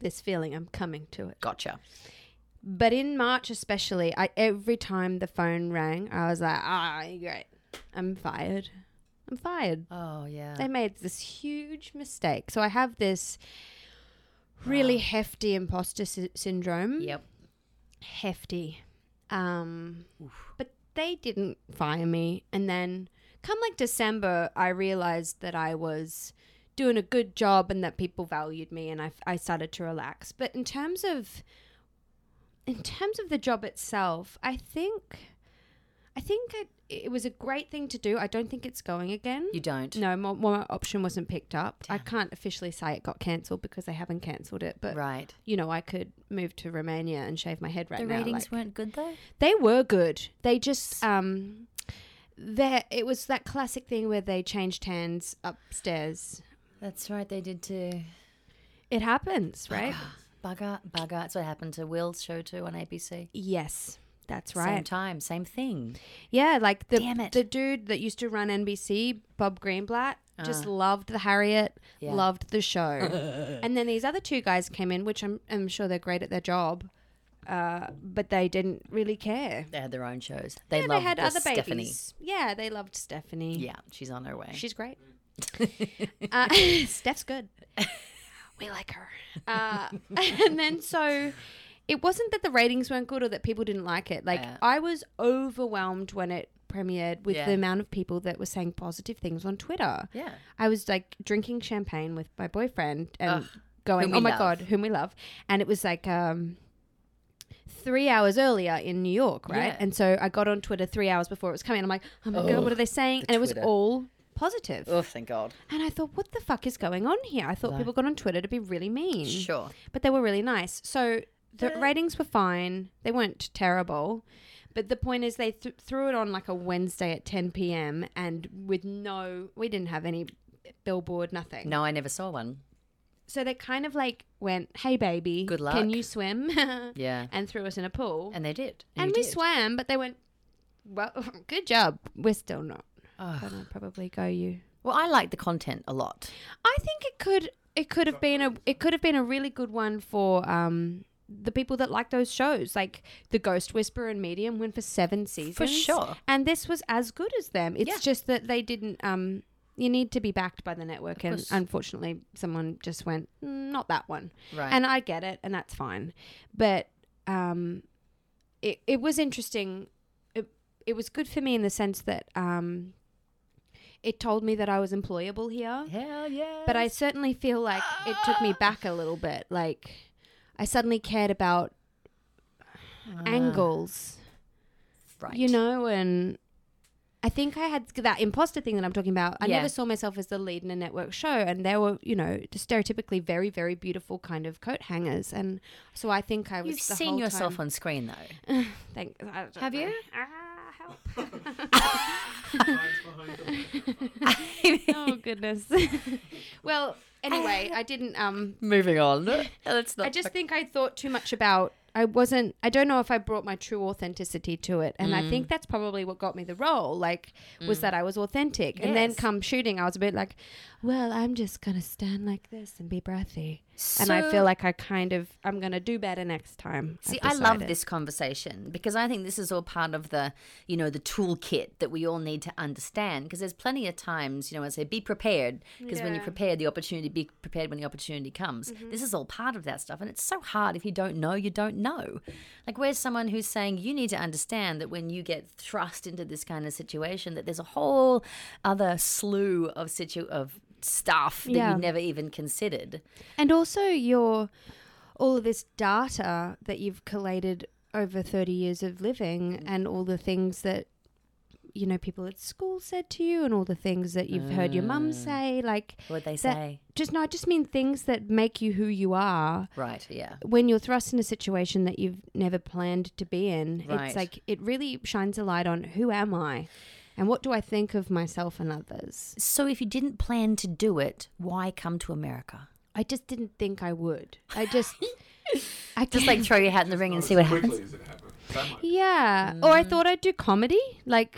Speaker 2: this feeling I'm coming to it.
Speaker 1: <laughs> Gotcha.
Speaker 2: But in March especially, I every time the phone rang, I was like, ah, great. I'm fired. I'm fired.
Speaker 1: Oh yeah.
Speaker 2: They made this huge mistake. So I have this really hefty imposter sy- syndrome.
Speaker 1: Yep.
Speaker 2: Hefty. Um but they didn't fire me and then come like December, I realized that I was doing a good job and that people valued me and I, I started to relax but in terms of in terms of the job itself i think i think it, it was a great thing to do i don't think it's going again
Speaker 1: You don't.
Speaker 2: no my, my option wasn't picked up i can't officially say it got cancelled because they haven't cancelled it but
Speaker 1: Right.
Speaker 2: you know i could move to romania and shave my head right
Speaker 1: The
Speaker 2: now
Speaker 1: ratings
Speaker 2: like-
Speaker 1: weren't good though.
Speaker 2: they were good. They just um there it was that classic thing where they changed hands upstairs.
Speaker 1: That's right. They did too. <gasps>
Speaker 2: It happens, right?
Speaker 1: Bugger, bugger. That's what happened to Will's show too on ABC.
Speaker 2: yes. That's
Speaker 1: Same
Speaker 2: right.
Speaker 1: time, same thing.
Speaker 2: Yeah, like the
Speaker 1: Damn it.
Speaker 2: the dude that used to run NBC, Bob Greenblatt, just loved the Harriet,
Speaker 1: Uh. Yeah.
Speaker 2: loved the show.
Speaker 1: <laughs>
Speaker 2: and then these other two guys came in, which I'm I'm sure they're great at their job, uh, but they didn't really care.
Speaker 1: They had their own shows. They
Speaker 2: Yeah,
Speaker 1: loved
Speaker 2: they had
Speaker 1: the
Speaker 2: other
Speaker 1: Stephanie.
Speaker 2: babies. Yeah, they loved Stephanie.
Speaker 1: Yeah, she's on her way. <laughs>
Speaker 2: She's great. uh, <laughs> Steph's good. We like her. Uh, <laughs> and then so it wasn't that the ratings weren't good or that people didn't like it. Like
Speaker 1: Yeah.
Speaker 2: I was overwhelmed when it premiered with
Speaker 1: Yeah.
Speaker 2: the amount of people that were saying positive things on Twitter.
Speaker 1: yeah.
Speaker 2: I was like drinking champagne with my boyfriend and
Speaker 1: Ugh. Whom
Speaker 2: going,
Speaker 1: we
Speaker 2: "Oh my
Speaker 1: love."
Speaker 2: god, whom we love," and it was like um, three hours earlier in New York, right?
Speaker 1: Yeah.
Speaker 2: And so I got on Twitter three hours before it was coming. I'm like, "Oh my god, what are they saying?" And it was
Speaker 1: Twitter.
Speaker 2: all positive.
Speaker 1: Oh, thank God.
Speaker 2: And I thought, "What the fuck is going on here?" I thought people got on Twitter to be really mean,
Speaker 1: Sure.
Speaker 2: but they were really nice. So the ratings were fine; they weren't terrible. But the point is, they th- threw it on like a Wednesday at 10 p.m. and with no, we didn't have any billboard, nothing.
Speaker 1: No, I never saw one.
Speaker 2: So they kind of like went, "Hey, baby,
Speaker 1: Good
Speaker 2: Can
Speaker 1: luck."
Speaker 2: you swim?" <laughs>
Speaker 1: Yeah.
Speaker 2: and threw us in a pool, and,
Speaker 1: And they did.
Speaker 2: we
Speaker 1: did.
Speaker 2: swam. But they went, "Well, <laughs> good job. We're still not
Speaker 1: Ugh.
Speaker 2: gonna probably go you."
Speaker 1: Oh. Well, I like the content a lot.
Speaker 2: I think it could it could have been a it could have been a really good one for um the people that like those shows like the Ghost Whisperer and Medium went for seven seasons
Speaker 1: sure.
Speaker 2: and this was as good as them. It's
Speaker 1: Yeah.
Speaker 2: just that they didn't um. You need to be backed by the network, and
Speaker 1: course.
Speaker 2: unfortunately, someone just went, "Mm, not that one.
Speaker 1: Right.
Speaker 2: And I get it, and that's fine. But um, it it was interesting. It it was good for me in the sense that um, it told me that I was employable here.
Speaker 1: Hell yeah.
Speaker 2: But I certainly feel like it took me back a little bit. Like I suddenly cared about angles,
Speaker 1: Ah, Uh, right.
Speaker 2: you know, and I think I had that imposter thing that I'm talking about. I
Speaker 1: Yeah.
Speaker 2: never saw myself as the lead in a network show, and they were, you know, stereotypically very, very beautiful kind of coat hangers, and so I think I was.
Speaker 1: You've
Speaker 2: the
Speaker 1: seen
Speaker 2: whole
Speaker 1: yourself
Speaker 2: time-
Speaker 1: on screen though.
Speaker 2: Thank, I don't
Speaker 1: Have
Speaker 2: know.
Speaker 1: you?
Speaker 2: Ah, help.
Speaker 1: <laughs>
Speaker 2: <laughs>
Speaker 4: Mine's behind the
Speaker 2: oh goodness. <laughs>
Speaker 1: <laughs>
Speaker 2: well, anyway, I didn't um
Speaker 1: Moving on. <laughs> Let's not.
Speaker 2: I just think I thought too much about. I wasn't. I don't know if I brought my true authenticity to it, and I
Speaker 1: Mm.
Speaker 2: think that's probably what got me the role. Like, was that I was authentic, and then
Speaker 1: Yes.
Speaker 2: come shooting, I was a bit like, "Well, I'm just gonna stand like this and be breathy," and I feel like I kind of I'm gonna do better next time. I've
Speaker 1: See, I love
Speaker 2: decided.
Speaker 1: this conversation because I think this is all part of the, you know, the toolkit that we all need to understand. Because there's plenty of times, you know, I say be prepared because when you
Speaker 2: Yeah. Mm-hmm.
Speaker 1: prepare the opportunity, be prepared when the opportunity comes. This is all part of that stuff, and it's so hard if you don't know, you don't know. Like, where's someone who's saying you need to understand that when you get thrust into this kind of situation, that there's a whole other slew of situ of stuff that
Speaker 2: Yeah.
Speaker 1: you never even considered.
Speaker 2: and also your all of this data that you've collated over 30 years of living and all the things that you know people at school said to you and all the things that you've heard your mum say like
Speaker 1: What they
Speaker 2: that-
Speaker 1: say,
Speaker 2: just no i just mean things that make you who you are
Speaker 1: right? Yeah.
Speaker 2: when you're thrust in a situation that you've never planned to be in
Speaker 1: Right.
Speaker 2: it's like it really shines a light on who am i and what do i think of myself and others
Speaker 1: So if you didn't plan to do it, why come to America?
Speaker 2: i just didn't think i would i just i
Speaker 1: Just like throw your hat in the ring and see what happens.
Speaker 4: quickly as it happened. That might
Speaker 2: Yeah. Or I thought I'd do comedy. Like,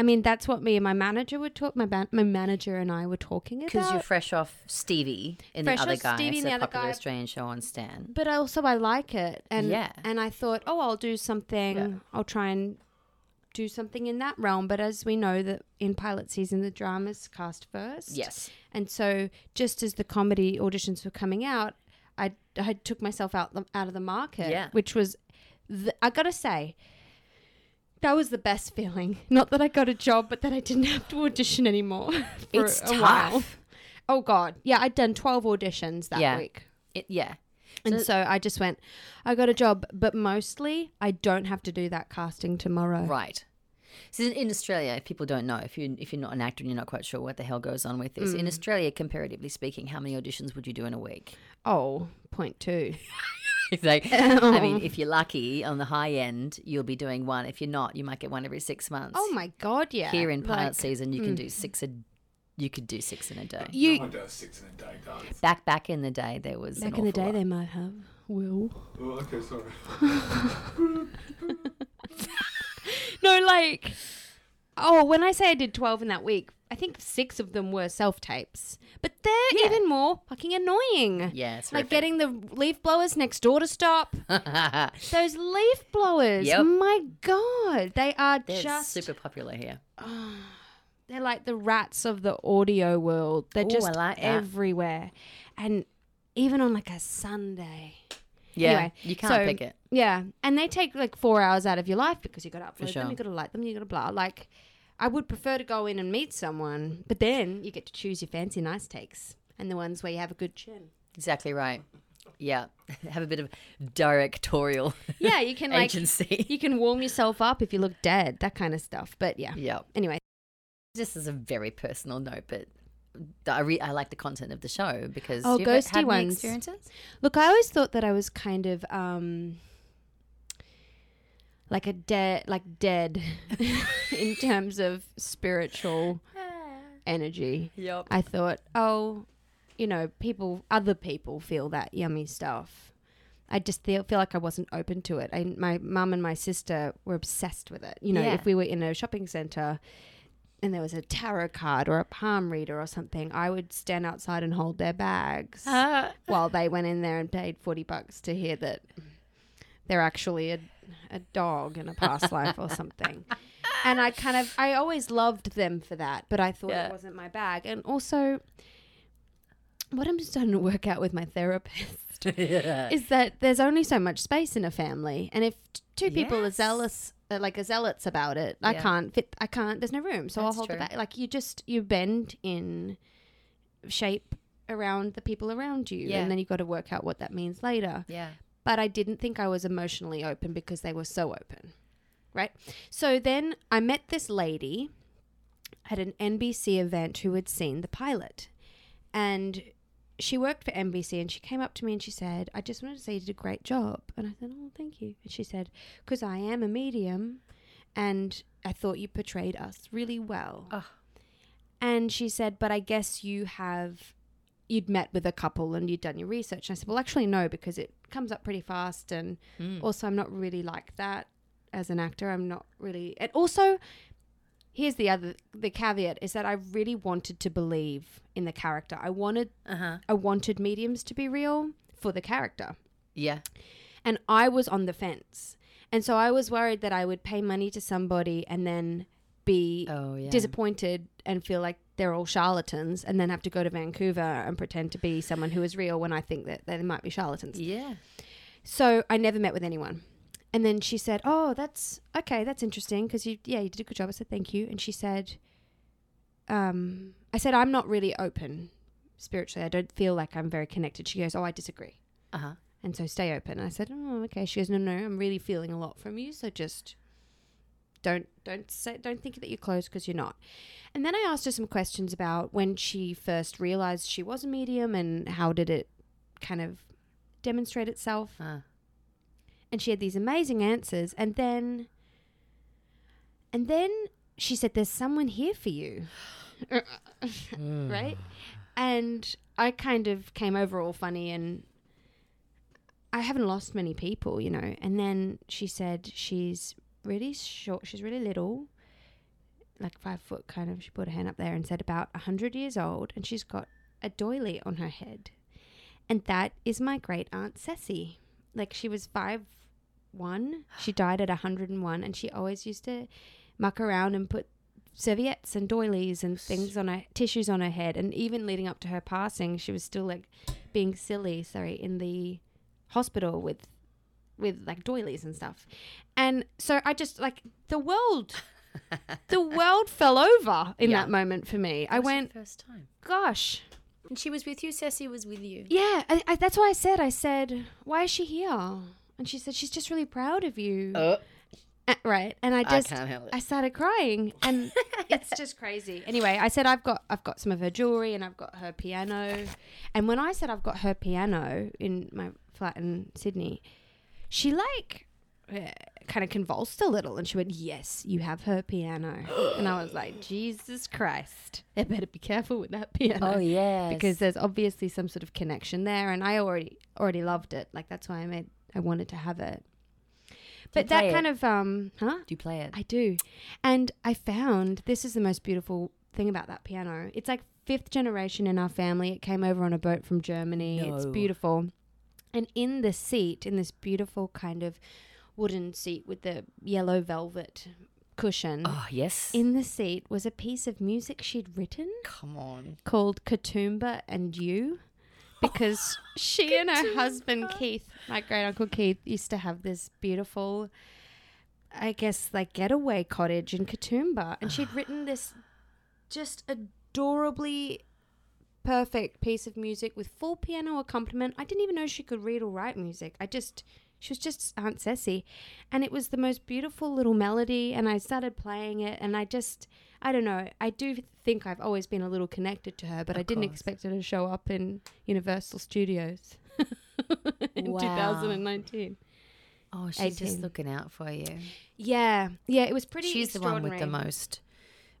Speaker 2: I mean, that's what me and my manager were talk. My ban- my manager and I were talking about.
Speaker 1: Because you're fresh off Stevie in
Speaker 2: Fresh
Speaker 1: the other
Speaker 2: off
Speaker 1: guy,
Speaker 2: Stevie
Speaker 1: it's
Speaker 2: and
Speaker 1: a
Speaker 2: The Other
Speaker 1: popular
Speaker 2: Guy.
Speaker 1: Australian show on Stan.
Speaker 2: but also, I like it, and
Speaker 1: Yeah.
Speaker 2: and I thought, oh, I'll do something.
Speaker 1: Yeah.
Speaker 2: I'll try and do something in that realm. But as we know, that in pilot season, the dramas cast first.
Speaker 1: Yes,
Speaker 2: And so, just as the comedy auditions were coming out, I, I took myself out the, out of the market,
Speaker 1: Yeah.
Speaker 2: which was, the, I gotta say, that was the best feeling. <laughs> Not that I got a job, but that I didn't have to audition anymore <laughs> for
Speaker 1: It's
Speaker 2: a
Speaker 1: tough.
Speaker 2: while. Oh God, yeah, I'd done twelve auditions that
Speaker 1: Yeah.
Speaker 2: week,
Speaker 1: it, yeah,
Speaker 2: and so I just went, I got a job, but mostly I don't have to do that casting tomorrow.
Speaker 1: right. So in, in Australia, if people don't know, if you if you're not an actor and you're not quite sure what the hell goes on with this, in Australia, comparatively speaking, how many auditions would you do in a week? <laughs>
Speaker 2: Oh, point two.
Speaker 1: It's <laughs> like, I mean, if you're lucky on the high end, you'll be doing one. If you're not, you might get one every six months.
Speaker 2: Oh my God, yeah.
Speaker 1: Here in pilot
Speaker 2: Like, hmm.
Speaker 1: season, you can do six a, you could do six in a day.
Speaker 4: No
Speaker 2: you
Speaker 4: one does six in a day, guys.
Speaker 1: Back back in the day, there was an
Speaker 2: back in the
Speaker 1: awful
Speaker 2: day
Speaker 1: lot.
Speaker 2: they might have will.
Speaker 4: Oh, okay, sorry.
Speaker 2: no, like, oh, when I say I did 12 in that week, I think six of them were self tapes. But they're
Speaker 1: Yeah.
Speaker 2: even more fucking annoying.
Speaker 1: Yeah, it's
Speaker 2: Like
Speaker 1: horrific.
Speaker 2: getting the leaf blowers next door to stop. Those leaf blowers,
Speaker 1: Yep.
Speaker 2: my God, they are
Speaker 1: <laughs> They're
Speaker 2: just. ah,
Speaker 1: super popular here.
Speaker 2: They're like the rats of the audio world. They're
Speaker 1: Ooh, I
Speaker 2: just
Speaker 1: like that.
Speaker 2: everywhere. And even on like a Sunday.
Speaker 1: Yeah,
Speaker 2: Anyway,
Speaker 1: you can't
Speaker 2: so-
Speaker 1: pick it.
Speaker 2: Yeah. And they take like four hours out of your life because you got to upload
Speaker 1: sure.
Speaker 2: them, you got to like them, you got to blah. Like, I would prefer to go in and meet someone, but then you get to choose your fancy nice takes and the ones where you have a good chin.
Speaker 1: Exactly right. Yeah, <laughs> have a bit of directorial
Speaker 2: Yeah,
Speaker 1: <laughs>
Speaker 2: you can like
Speaker 1: agency.
Speaker 2: you can warm yourself up if you look dead, that kind of stuff. But <laughs> yeah.
Speaker 1: <laughs> yeah,
Speaker 2: Anyway,
Speaker 1: this is a very personal note, but I re- I like the content of the show because
Speaker 2: Oh,
Speaker 1: you've had
Speaker 2: ghosty
Speaker 1: any
Speaker 2: ones.
Speaker 1: experiences.
Speaker 2: look, I always thought that I was kind of um like a dead like dead <laughs> in terms of spiritual energy.
Speaker 1: <laughs> Yep.
Speaker 2: I thought, oh, you know, people, other people feel that yummy stuff. I just feel, feel like I wasn't open to it. I, my mum and my sister were obsessed with it. You know,
Speaker 1: Yeah.
Speaker 2: if we were in a shopping center and there was a tarot card or a palm reader or something, I would stand outside and hold their bags while they went in there and paid 40 bucks to hear that they're actually a, a dog in a past life or something. And I kind of, I always loved them for that, but I thought
Speaker 1: Yeah.
Speaker 2: it wasn't my bag. And also, what I'm starting to work out with my therapist
Speaker 1: yeah.
Speaker 2: is that there's only so much space in a family. And if t- two people are
Speaker 1: Yes.
Speaker 2: zealous, uh, like are zealots about it, I
Speaker 1: Yeah.
Speaker 2: can't fit, I can't, there's no room. So I'll
Speaker 1: That's
Speaker 2: hold it
Speaker 1: true.
Speaker 2: back. Like you just, you bend in shape around the people around you.
Speaker 1: Yeah.
Speaker 2: And then you've got to work out what that means later
Speaker 1: Yeah.
Speaker 2: but I didn't think I was emotionally open because they were so open. Right? So then I met this lady at an NBC event who had seen the pilot. And she worked for NBC and she came up to me and she said, I just wanted to say you did a great job. And I said, Oh, thank you. And she said, Because I am a medium and I thought you portrayed us really well.
Speaker 1: Oh.
Speaker 2: And she said, But I guess you have you'd met with a couple and you'd done your research. And I said, well, actually, no, because it comes up pretty fast. And also, I'm not really like that as an actor. I'm not really. And also, here's the other the caveat is that I really wanted to believe in the character. I wanted
Speaker 1: Uh-huh.
Speaker 2: I wanted mediums to be real for the character
Speaker 1: Yeah.
Speaker 2: and I was on the fence. And so I was worried that I would pay money to somebody and then be
Speaker 1: Oh, yeah.
Speaker 2: disappointed and feel like they're all charlatans and then have to go to Vancouver and pretend to be someone who is real when I think that they might be charlatans.
Speaker 1: Yeah.
Speaker 2: So I never met with anyone. And then she said, "Oh, that's okay. That's interesting because you, yeah, you did a good job." I said, "Thank you." And she said, um, "I said I'm not really open spiritually. I don't feel like I'm very connected." She goes, "Oh, I disagree."
Speaker 1: Uh huh.
Speaker 2: And so stay open. I said, oh, okay. She goes, no, no, I'm really feeling a lot from you. So just don't, don't say, don't think that you're closed because you're not. And then I asked her some questions about when she first realized she was a medium and how did it kind of demonstrate itself.
Speaker 1: Uh.
Speaker 2: And she had these amazing answers. And then, and then she said, there's someone here for you. right? And I kind of came over all funny and I haven't lost many people, you know. And then she said she's really short, she's really little, like five foot kind of. She put her hand up there and said about a 100 years old, and she's got a doily on her head. And that is my great aunt Cessie. Like she was five one. She died at 101, and she always used to muck around and put serviettes and doilies and things on her tissues on her head and even leading up to her passing she was still like being silly sorry in the hospital with with like doilies and stuff and so i just like the world the world fell over in
Speaker 1: Yeah.
Speaker 2: that moment for me i went
Speaker 1: first time.
Speaker 2: gosh
Speaker 1: And she was with you. Ceci was with you.
Speaker 2: yeah I, I, that's why i said i said why is she here and she said she's just really proud of you
Speaker 1: Oh.
Speaker 2: Uh, right and i
Speaker 1: I
Speaker 2: just
Speaker 1: can't <laughs> help it.
Speaker 2: I started crying, and it's just crazy. Anyway, I said I've got I've got some of her jewelry, and I've got her piano. And when I said I've got her piano in my flat in Sydney, she like kind of convulsed a little, and she went, "Yes, you have
Speaker 1: <gasps>
Speaker 2: her piano." and I was like, "Jesus Christ, I better be careful with that piano."
Speaker 1: Oh yeah.
Speaker 2: Because there's obviously some sort of connection there, and I already already loved it. Like that's why I made I wanted to have it. But that
Speaker 1: play
Speaker 2: kind
Speaker 1: it?
Speaker 2: of um, huh?
Speaker 1: Do you play it?
Speaker 2: I do. And I found this is the most beautiful thing about that piano. It's like fifth generation in our family. It came over on a boat from Germany. It's
Speaker 1: No.
Speaker 2: beautiful. And in the seat, in this beautiful kind of wooden seat with the yellow velvet cushion,
Speaker 1: oh yes.
Speaker 2: in the seat was a piece of music she'd written
Speaker 1: Come on.
Speaker 2: called Katoomba and You because she and her husband Keith, my great uncle Keith, used to have this beautiful, I guess, like getaway cottage in Katoomba. And
Speaker 1: <sighs>
Speaker 2: she'd written this just adorably perfect piece of music with full piano accompaniment. I didn't even know she could read or write music. I just. She was just Aunt Ceci. And it was the most beautiful little melody. And I started playing it. And I just, I don't know. I do think I've always been a little connected to her, but I didn't
Speaker 1: course.
Speaker 2: expect her to show up in Universal Studios <laughs> in
Speaker 1: Wow.
Speaker 2: 2019.
Speaker 1: Oh, she's just
Speaker 2: 18.
Speaker 1: looking out for you.
Speaker 2: Yeah. Yeah. It was pretty
Speaker 1: She's the one with the
Speaker 2: extraordinary.
Speaker 1: most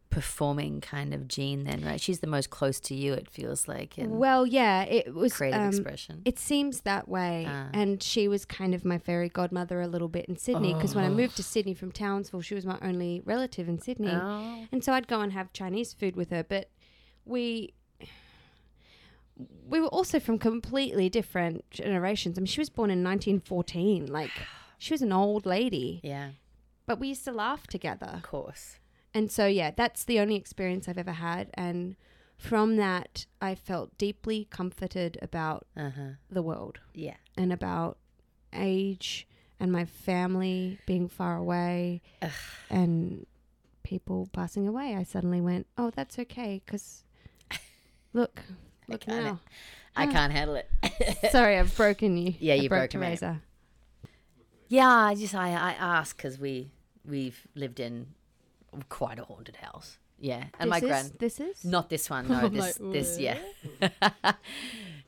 Speaker 1: performing kind of gene, then, right? She's the most close to you. It feels like in
Speaker 2: Well, yeah. It was.
Speaker 1: creative
Speaker 2: um,
Speaker 1: expression.
Speaker 2: It seems that way.
Speaker 1: Ah.
Speaker 2: And she was kind of my fairy godmother a little bit in Sydney because
Speaker 1: Oh.
Speaker 2: when I moved to Sydney from Townsville, she was my only relative in Sydney.
Speaker 1: <laughs> Oh.
Speaker 2: And so I'd go and have Chinese food with her, but we we were also from completely different generations. I mean, she was born in
Speaker 1: <sighs>
Speaker 2: 1914. Like she was an old lady,
Speaker 1: yeah,
Speaker 2: but we used to laugh together.
Speaker 1: of course.
Speaker 2: And so, yeah, that's the only experience I've ever had. And from that, I felt deeply comforted about
Speaker 1: Uh huh.
Speaker 2: the world
Speaker 1: Yeah.
Speaker 2: and about age and my family being far away
Speaker 1: Ugh.
Speaker 2: and people passing away. I suddenly went, oh, that's okay
Speaker 1: <laughs>
Speaker 2: because look, look
Speaker 1: can't-
Speaker 2: now. Ah,
Speaker 1: I can't handle it.
Speaker 2: <laughs> Sorry, I've broken you.
Speaker 1: Yeah,
Speaker 2: I
Speaker 1: you
Speaker 2: broke
Speaker 1: broke me.
Speaker 2: Teresa.
Speaker 1: Yeah, I just I, I ask because we we've lived in quite a haunted house. Yeah, and my
Speaker 2: This is-
Speaker 1: grand
Speaker 2: This is?
Speaker 1: not this <laughs> one. No,
Speaker 2: I'm
Speaker 1: this
Speaker 2: like,
Speaker 1: this yeah. <laughs>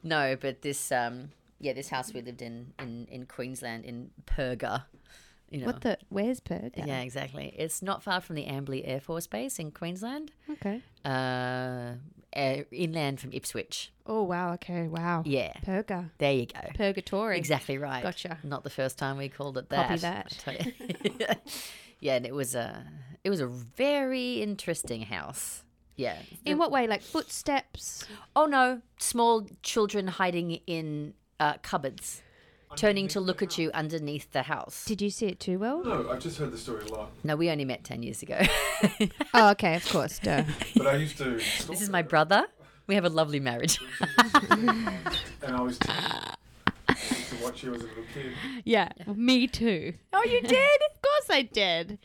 Speaker 1: no, but this um yeah this house we lived in in in Queensland in Perga. You know.
Speaker 2: What the? Where's Perga?
Speaker 1: Yeah, exactly. It's not far from the Ambley Air Force Base in Queensland,
Speaker 2: Okay.
Speaker 1: uh, air, inland from Ipswich.
Speaker 2: Oh, wow. Okay. Wow.
Speaker 1: Yeah,
Speaker 2: Perga.
Speaker 1: there you go.
Speaker 2: Purgatory.
Speaker 1: Exactly right.
Speaker 2: Gotcha.
Speaker 1: Not the first time we called it that.
Speaker 2: Copy
Speaker 1: I <laughs> tell you. yeah, and it was a it was a very interesting house. Yeah.
Speaker 2: In what way? Like footsteps?
Speaker 1: Oh no, small children hiding in uh, cupboards, turning to look at you underneath the house.
Speaker 2: Did you see it too well?
Speaker 4: No, I've just heard the story a lot,
Speaker 1: no, we only met ten years ago.
Speaker 2: <laughs> oh, okay. Of course. Duh.
Speaker 4: but I used to. stalk
Speaker 1: <laughs> this is
Speaker 4: her,
Speaker 1: my brother. We have a lovely marriage.
Speaker 4: And
Speaker 1: <laughs>
Speaker 4: I was. I used to watch you as a little kid.
Speaker 2: <laughs> Yeah, me too. Oh, you did? of course I did.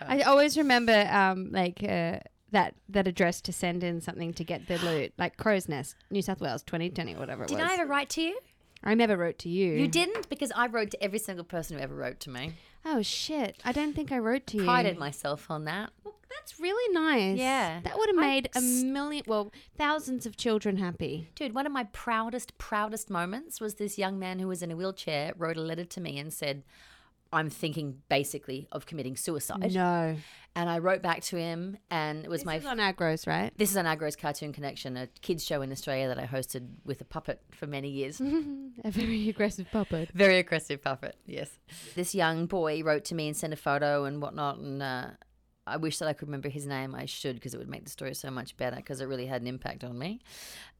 Speaker 2: I always remember um, like uh, that that address to send in something to get the loot, like Crow's Nest, New South Wales, 2020, whatever it
Speaker 1: Did
Speaker 2: was.
Speaker 1: I ever write to you?
Speaker 2: I never wrote to you.
Speaker 1: You didn't because I wrote to every single person who ever wrote to me.
Speaker 2: Oh shit! I don't think I wrote to you.
Speaker 1: Prided myself on that.
Speaker 2: Well, that's really nice.
Speaker 1: Yeah.
Speaker 2: that would have made a million, well, thousands of children happy.
Speaker 1: Dude, one of my proudest, proudest moments was this young man who was in a wheelchair wrote a letter to me and said, I'm thinking basically of committing suicide.
Speaker 2: No,
Speaker 1: And I wrote back to him, and it was
Speaker 2: this
Speaker 1: my.
Speaker 2: is on Agros, <laughs> right?
Speaker 1: this is an Agros Cartoon Connection, a kids' show in Australia that I hosted with a puppet for many years.
Speaker 2: A very aggressive puppet.
Speaker 1: Very aggressive puppet, yes. This young boy wrote to me and sent a photo and whatnot, and uh, I wish that I could remember his name. I should, because it would make the story so much better, because it really had an impact on me.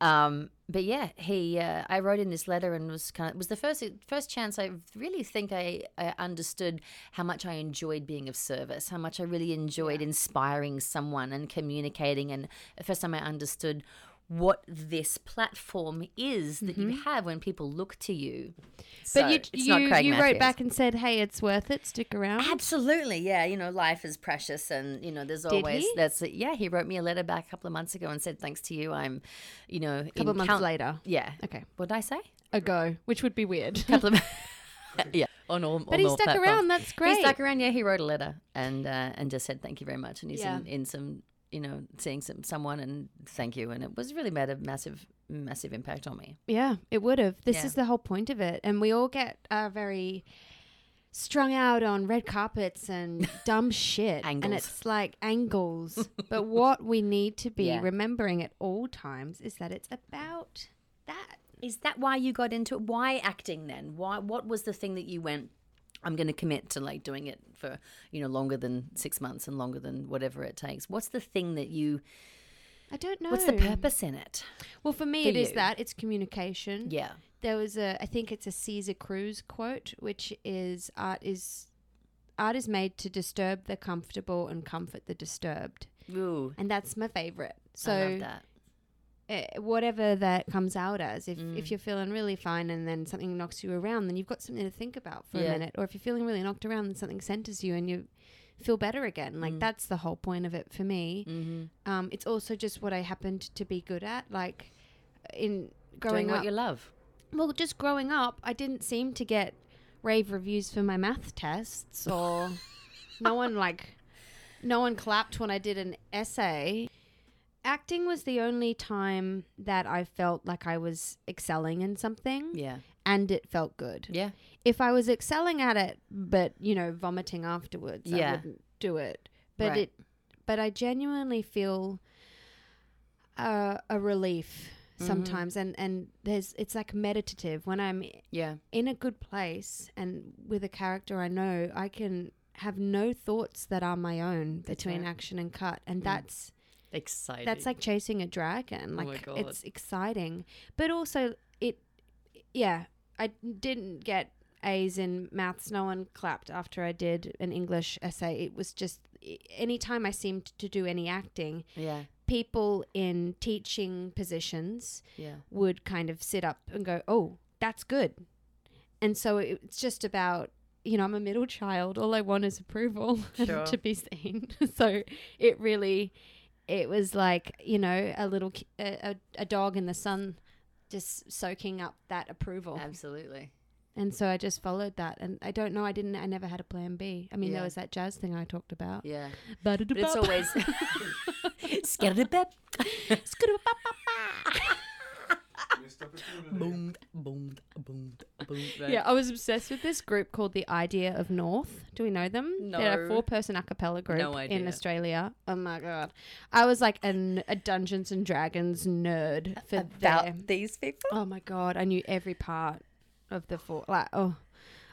Speaker 1: Um, but yeah, he, uh, I wrote in this letter and was kind of it was the first first chance I really think I, I understood how much I enjoyed being of service, how much I really enjoyed inspiring someone and communicating, and the first time I understood what this platform is that you have when people look to you. So,
Speaker 2: Mm-hmm. but you
Speaker 1: it's not
Speaker 2: you,
Speaker 1: Craig
Speaker 2: you
Speaker 1: Matthews.
Speaker 2: wrote back and said, "Hey, it's worth it. Stick around."
Speaker 1: Absolutely, yeah. You know, life is precious, and you know, there's always
Speaker 2: he?
Speaker 1: that's yeah. He wrote me a letter back a couple of months ago and said, "Thanks to you, I'm, you know, a
Speaker 2: couple of months later.
Speaker 1: Yeah.
Speaker 2: Okay.
Speaker 1: What did I
Speaker 2: <laughs>
Speaker 1: say?
Speaker 2: ago, which would be weird.
Speaker 1: couple of <laughs> yeah. On all,
Speaker 2: <laughs> but he stuck around. That's great.
Speaker 1: He stuck around. Yeah, he wrote a letter and uh, and just said thank you very much, and he's
Speaker 2: Yeah.
Speaker 1: in, in some you know seeing some someone and thank you, and it was really made a massive massive impact on me.
Speaker 2: yeah, it would have. This
Speaker 1: Yeah.
Speaker 2: is the whole point of it, and we all get uh, very strung out on red carpets and
Speaker 1: <laughs>
Speaker 2: dumb shit,
Speaker 1: Angles.
Speaker 2: and it's like
Speaker 1: <laughs>
Speaker 2: angles. but what we need to be
Speaker 1: Yeah.
Speaker 2: remembering at all times is that it's about that.
Speaker 1: Is that why you got into it? Why acting then? Why what was the thing that you went? I'm going to commit to like doing it for you know longer than six months and longer than whatever it takes. What's the thing that you?
Speaker 2: I don't know.
Speaker 1: What's the purpose in it?
Speaker 2: Well, for me,
Speaker 1: for
Speaker 2: it is
Speaker 1: you?
Speaker 2: that it's communication.
Speaker 1: Yeah,
Speaker 2: There was a, I think it's a Caesar Cruz quote, which is art is art is made to disturb the comfortable and comfort the disturbed,
Speaker 1: ooh,
Speaker 2: and that's my favorite. So
Speaker 1: I love that.
Speaker 2: eh, whatever that comes out as. If
Speaker 1: Mm.
Speaker 2: if you're feeling really fine and then something knocks you around, then you've got something to think about for
Speaker 1: Yeah.
Speaker 2: a minute. Or if you're feeling really knocked around, then something centers you and you feel better again. Like
Speaker 1: Mm.
Speaker 2: that's the whole point of it for me.
Speaker 1: Mm-hmm.
Speaker 2: Um, it's also just what I happened to be good at. Like in growing
Speaker 1: Doing what
Speaker 2: up,
Speaker 1: you love.
Speaker 2: well, just growing up, I didn't seem to get rave reviews for my math tests, or no one like, no one clapped when I did an essay. Acting was the only time that I felt like I was excelling in something,
Speaker 1: Yeah,
Speaker 2: and it felt good.
Speaker 1: yeah,
Speaker 2: If I was excelling at it, but you know, vomiting afterwards,
Speaker 1: Yeah.
Speaker 2: I wouldn't do it. But
Speaker 1: Right.
Speaker 2: it, but I genuinely feel uh, a relief
Speaker 1: Mm-hmm.
Speaker 2: sometimes, and and there's it's like meditative when I'm
Speaker 1: yeah.
Speaker 2: in a good place and with a character I know, I can have no thoughts that are my own between
Speaker 1: right. Mm.
Speaker 2: action and cut, and that's
Speaker 1: Exciting.
Speaker 2: that's like chasing a dragon.
Speaker 1: Oh my
Speaker 2: Like
Speaker 1: God.
Speaker 2: it's exciting, but also it, yeah. I didn't get A's in maths. No one clapped after I did an English essay. It was just any time I seemed to do any acting,
Speaker 1: yeah,
Speaker 2: people in teaching positions
Speaker 1: yeah,
Speaker 2: would kind of sit up and go, "Oh, that's good." And so it- it's just about you know I'm a middle child. All I want is approval <laughs> and
Speaker 1: Sure.
Speaker 2: to be seen. <laughs> so it really, it was like you know a little ki- a, a, a dog in the sun, just soaking up that approval.
Speaker 1: absolutely.
Speaker 2: And so I just followed that. And I don't know. I didn't. I never had a plan B. I mean,
Speaker 1: Yeah.
Speaker 2: there was that jazz thing I talked about.
Speaker 1: Yeah,
Speaker 2: But
Speaker 1: but it's
Speaker 2: <laughs>
Speaker 1: always scared of bed. <laughs>
Speaker 4: Missed opportunity.
Speaker 1: Boom, boom, boom, boom. right?
Speaker 2: Yeah, I was obsessed with this group called the Idea of North. Do we know them? They're
Speaker 1: No.
Speaker 2: a four-person a cappella group
Speaker 1: No idea.
Speaker 2: in Australia. Oh my god, I was like an, a Dungeons and Dragons nerd for
Speaker 1: about
Speaker 2: them.
Speaker 1: these people.
Speaker 2: Oh my god, I knew every part of the four. Like oh.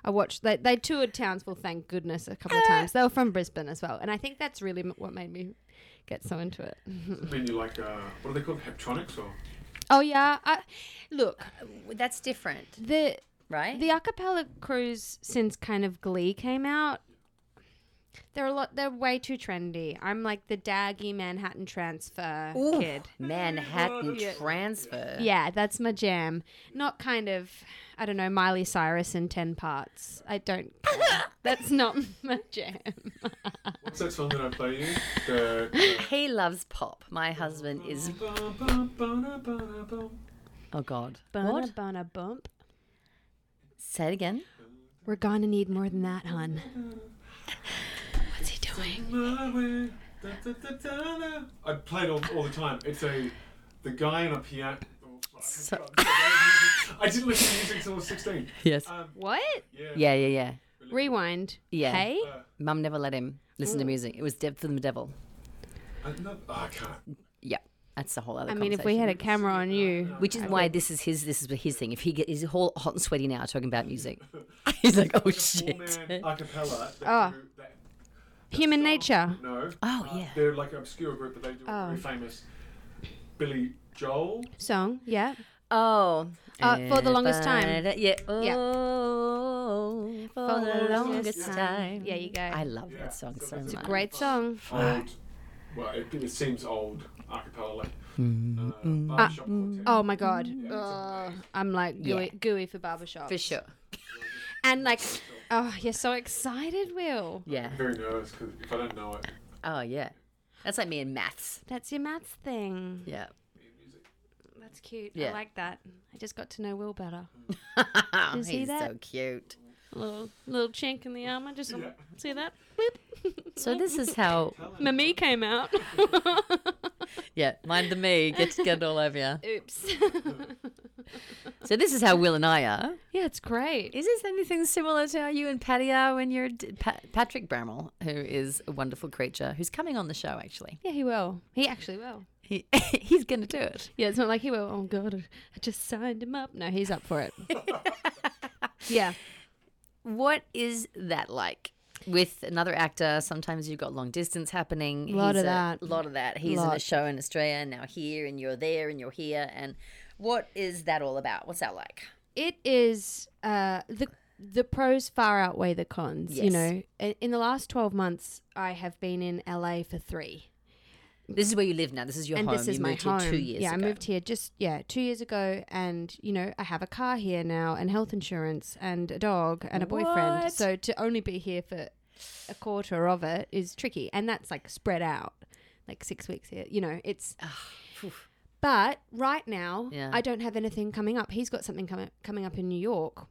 Speaker 2: I watched they, they toured Townsville, thank goodness, a couple of
Speaker 1: Ah.
Speaker 2: times. They were from Brisbane as well, and I think that's really m- what made me get so into it.
Speaker 4: I mean, you like, uh, what are they called? Heptronics or?
Speaker 2: Oh yeah, I, look
Speaker 1: Uh, That's different,
Speaker 2: the
Speaker 1: right?
Speaker 2: The a cappella crews since kind of Glee came out, they're a lot. They're way too trendy. I'm like the daggy Manhattan transfer
Speaker 1: Ooh,
Speaker 2: kid.
Speaker 1: Manhattan transfer.
Speaker 2: Yeah, that's my jam. Not kind of, I don't know, Miley Cyrus in ten parts. I
Speaker 1: <laughs>
Speaker 2: don't. care. that's not my jam.
Speaker 4: What's that song that I play you?
Speaker 1: <laughs>
Speaker 4: The.
Speaker 1: He loves pop. My husband is. Oh God.
Speaker 2: Bonna
Speaker 1: What?
Speaker 2: bonna bump.
Speaker 1: Say it again.
Speaker 2: We're gonna need more than that, hun. What's he doing?
Speaker 4: I play it all, all the time. It's a the guy in a piano.
Speaker 1: So-
Speaker 4: I didn't listen to music until I was 16.
Speaker 1: Yes.
Speaker 4: Um,
Speaker 2: What?
Speaker 4: yeah.
Speaker 1: Yeah, yeah, yeah.
Speaker 2: Rewind.
Speaker 1: Yeah.
Speaker 2: Hey.
Speaker 4: Uh,
Speaker 1: Mum never let him listen to music. It was Dead from the Devil.
Speaker 4: I, no, oh, I can't.
Speaker 1: Yeah, that's the whole other.
Speaker 2: I mean, if we had a
Speaker 1: conversation.
Speaker 2: camera on you,
Speaker 1: Which is why this is his. This is his thing. If he get, he's all hot and sweaty now talking about music, <laughs> he's like, "Oh
Speaker 4: Four
Speaker 1: shit."
Speaker 4: man a cappella. that
Speaker 2: Oh.
Speaker 4: do that-
Speaker 2: human nature.
Speaker 4: No.
Speaker 1: Oh,
Speaker 4: Uh,
Speaker 1: yeah.
Speaker 4: They're like an obscure group, but they do a
Speaker 2: Oh.
Speaker 4: very famous Billy Joel.
Speaker 2: song. Yeah.
Speaker 1: Oh,
Speaker 2: Uh, for the longest time.
Speaker 1: Yeah.
Speaker 2: Yeah.
Speaker 1: Oh, for, the longest time.
Speaker 2: Yeah, you go.
Speaker 1: I love
Speaker 4: Yeah,
Speaker 1: that song
Speaker 4: so
Speaker 1: so
Speaker 4: that's a
Speaker 1: much.
Speaker 2: Great song.
Speaker 4: Old. Well, it, it seems old a cappella. Like,
Speaker 1: Mm-hmm.
Speaker 4: uh, barbershop quartet.
Speaker 2: Oh my god. Ugh. I'm like gooey,
Speaker 1: Yeah.
Speaker 2: gooey for barbershop.
Speaker 1: For sure.
Speaker 2: And like, oh, you're so excited, Will.
Speaker 1: Yeah.
Speaker 4: I'm very nervous because if I don't know it,
Speaker 1: Oh yeah. That's like me in maths.
Speaker 2: That's your maths thing.
Speaker 1: Yeah. <laughs>
Speaker 2: That's cute.
Speaker 1: Yeah.
Speaker 2: I like that. I just got to know Will better.
Speaker 1: <laughs> He's
Speaker 2: see that?
Speaker 1: so cute.
Speaker 2: Little little chink in the armor. Just see that?
Speaker 1: So this is how.
Speaker 2: My me came out.
Speaker 1: <laughs> Yeah, mind the me. Get get it all over you.
Speaker 2: <laughs> Oops. <laughs>
Speaker 1: So this is how Will and I are.
Speaker 2: yeah, it's great.
Speaker 1: Is this anything similar to how you and Patty are when you're d- pa- Patrick Bramwell, who is a wonderful creature who's coming on the show? Actually,
Speaker 2: Yeah, he will. He actually will.
Speaker 1: he <laughs> he's going to do it.
Speaker 2: Yeah, it's not like he will. Oh god, I just signed him up. No, he's up for it. yeah.
Speaker 1: what is that like? With another actor, sometimes you've got long distance happening.
Speaker 2: Lot
Speaker 1: He's
Speaker 2: of that.
Speaker 1: A lot of that. He's in a
Speaker 2: Lot.
Speaker 1: show in Australia, and now here, and you're there, and you're here. And what is that all about? What's that like?
Speaker 2: it is uh, the the pros far outweigh the cons. You
Speaker 1: Yes.
Speaker 2: know, I- in the last twelve months, I have been in LA for three,
Speaker 1: This is where you live now. This is your
Speaker 2: and
Speaker 1: home.
Speaker 2: this is
Speaker 1: you
Speaker 2: my
Speaker 1: moved
Speaker 2: home.
Speaker 1: here two years
Speaker 2: yeah,
Speaker 1: ago.
Speaker 2: I moved here just yeah two years ago, and you know I have a car here now, and health insurance, and a dog, and a boyfriend.
Speaker 1: What?
Speaker 2: So to only be here for a quarter of it is tricky, and that's like spread out, like six weeks here. You know, it's But right now,
Speaker 1: Yeah.
Speaker 2: I don't have anything coming up. He's got something coming coming up in New York.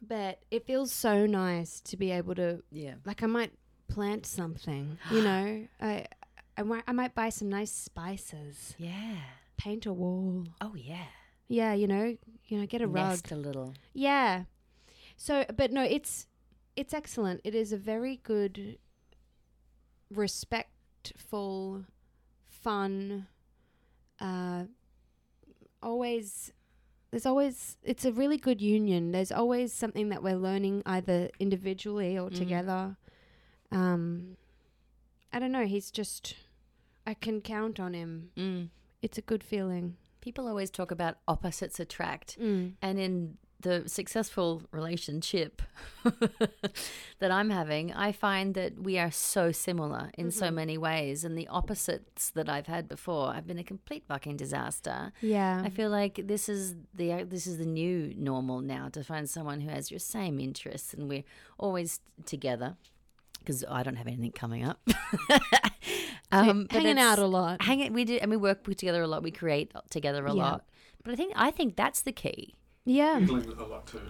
Speaker 2: But it feels so nice to be able to
Speaker 1: Yeah.
Speaker 2: like I might plant something, <gasps> you know. I I might, I might buy some nice spices,
Speaker 1: Yeah.
Speaker 2: paint a wall.
Speaker 1: Oh yeah.
Speaker 2: Yeah, you know, you know, get a rug.
Speaker 1: Nest a little.
Speaker 2: Yeah. So, but no, it's it's excellent. It is a very good, respectful, fun. Uh, always, there's always it's a really good union. There's always something that we're learning either individually or together. Um, I don't know. He's just, I can count on him.
Speaker 1: Mm.
Speaker 2: It's a good feeling.
Speaker 1: People always talk about opposites attract.
Speaker 2: Mm.
Speaker 1: And in the successful relationship <laughs> that I'm having, I find that we are so similar in so
Speaker 2: Mm-hmm.
Speaker 1: many ways. And the opposites that I've had before have been a complete fucking disaster.
Speaker 2: Yeah.
Speaker 1: I feel like this is the uh, this is the new normal now to find someone who has your same interests, and we're always together because I don't have anything coming up. <laughs> um, but
Speaker 2: Hanging
Speaker 1: it's-
Speaker 2: out a lot.
Speaker 1: hang it we do and we work together a lot we create together a
Speaker 2: Yeah.
Speaker 1: lot but i think i think that's the key
Speaker 2: Yeah.
Speaker 4: Giggling a lot too.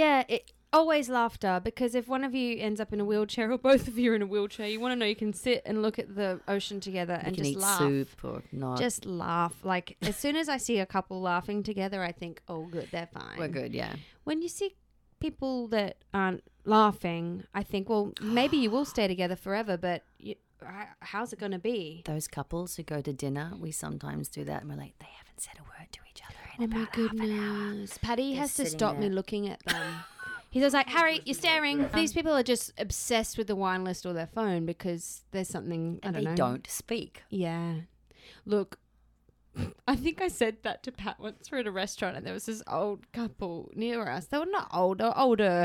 Speaker 2: Yeah, it always laughter because if one of you ends up in a wheelchair or both of you are in a wheelchair, you want to know you can sit and look at the ocean together
Speaker 1: you
Speaker 2: and
Speaker 1: can
Speaker 2: just
Speaker 1: eat
Speaker 2: laugh.
Speaker 1: soup or not
Speaker 2: Just laugh. Like as soon as I see a couple laughing together, I think, "Oh, good, they're fine."
Speaker 1: we're good yeah
Speaker 2: When you see people that aren't laughing, I think, "Well, maybe you will stay together forever, but you, h- how's it going to be?"
Speaker 1: those couples who go to dinner we sometimes do that and we're like they haven't said a word to each other
Speaker 2: Oh
Speaker 1: in
Speaker 2: my
Speaker 1: about half an hour." Um,
Speaker 2: goodness. Patty
Speaker 1: They're
Speaker 2: has to
Speaker 1: sitting
Speaker 2: stop me
Speaker 1: there.
Speaker 2: looking at <laughs> them. He's always like, Harry, you're staring. These people are just obsessed with the wine list or their phone because there's something
Speaker 1: and
Speaker 2: I don't
Speaker 1: they
Speaker 2: know.
Speaker 1: don't speak
Speaker 2: Yeah. Look, <laughs> I think I said that to Pat once. We are at a restaurant and there was this old couple near us. They were not older, older.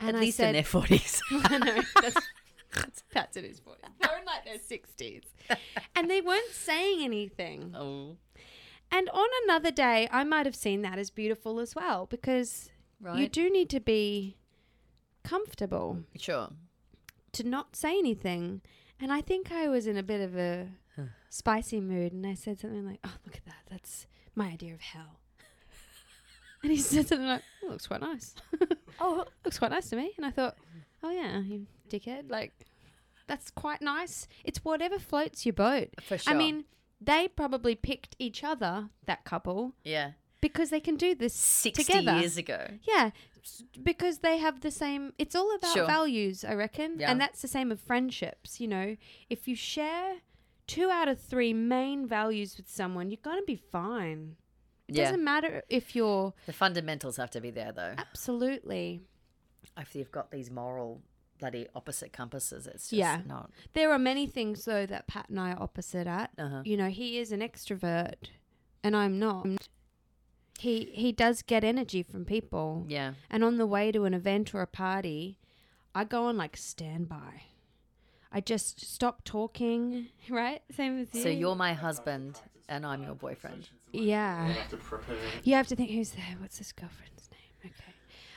Speaker 2: And
Speaker 1: at
Speaker 2: I
Speaker 1: least in
Speaker 2: said,
Speaker 1: their
Speaker 2: <laughs>
Speaker 1: 40s
Speaker 2: I
Speaker 1: <laughs>
Speaker 2: know. That's, that's Pat's in his 40s. They're in like their 60s. And they weren't saying anything.
Speaker 1: oh
Speaker 2: And on another day, I might have seen that as beautiful as well because
Speaker 1: right
Speaker 2: you do need to be comfortable
Speaker 1: sure
Speaker 2: to not say anything. And I think I was in a bit of a spicy mood and I said something like, Oh, look at that. That's my idea of hell. <laughs> And he said something like, oh, Looks quite nice. <laughs> oh, looks quite nice to me. And I thought, Oh, yeah, you dickhead. Like, that's quite nice. It's whatever floats your boat.
Speaker 1: for sure
Speaker 2: I mean, they probably picked each other, that couple,
Speaker 1: yeah
Speaker 2: because they can do this
Speaker 1: 60
Speaker 2: together.
Speaker 1: years ago
Speaker 2: Yeah, s- because they have the same. It's all about
Speaker 1: Sure.
Speaker 2: values, I reckon,
Speaker 1: Yeah.
Speaker 2: and that's the same of friendships. You know, if you share two out of three main values with someone, you're gonna be fine. It
Speaker 1: yeah
Speaker 2: Doesn't Uh, matter if you're
Speaker 1: the fundamentals have to be there though
Speaker 2: absolutely.
Speaker 1: if you've got these moral bloody opposite compasses it's just
Speaker 2: Yeah.
Speaker 1: not
Speaker 2: There are many things though that Pat and I are opposite at.
Speaker 1: uh-huh.
Speaker 2: You know, he is an extrovert, and I'm not. He he does get energy from people.
Speaker 1: yeah
Speaker 2: And on the way to an event or a party, I go on like standby. I just stop talking, <laughs> right? Same with you.
Speaker 1: So you're my husband and I'm your boyfriend.
Speaker 4: You
Speaker 2: Yeah.
Speaker 4: have to prepare.
Speaker 2: You have to think who's there? What's this girlfriend's name? Okay.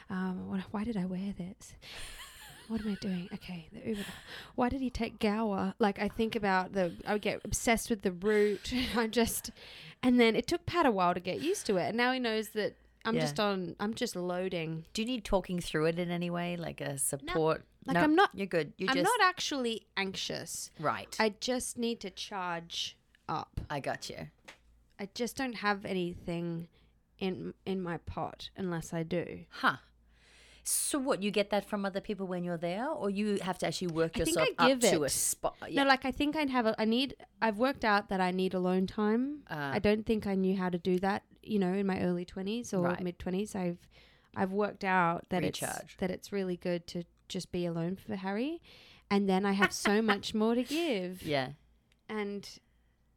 Speaker 2: Um, what, why did I wear this? What am I doing? Okay, the Uber. Why did he take Gower? Like I think about the, I would get obsessed with the route. <laughs> I just, and then it took Pat a while to get used to it, and now he knows that I'm
Speaker 1: Yeah.
Speaker 2: just on, I'm just loading.
Speaker 1: Do you need talking through it in any way, like a support?
Speaker 2: like, I'm not-
Speaker 1: You're good. You
Speaker 2: I'm
Speaker 1: just
Speaker 2: not actually anxious.
Speaker 1: right. I,
Speaker 2: I just need to charge up.
Speaker 1: got you.
Speaker 2: I just don't have anything in in my pot unless I do.
Speaker 1: Huh. So what? You get that from other people when you're there, or you have to actually work
Speaker 2: I think
Speaker 1: yourself
Speaker 2: I give
Speaker 1: up to a
Speaker 2: it.
Speaker 1: spot? Yeah.
Speaker 2: No, like I think I'd have a I need I've worked out that I need alone time.
Speaker 1: Ah.
Speaker 2: I don't think I knew how to do that, you know, in my early 20s or
Speaker 1: Right.
Speaker 2: mid 20s. I've I've worked out that it's
Speaker 1: Recharge.
Speaker 2: that it's really good to just be alone for Harry, and then I have so much more
Speaker 1: <laughs>
Speaker 2: to give,
Speaker 1: Yeah.
Speaker 2: and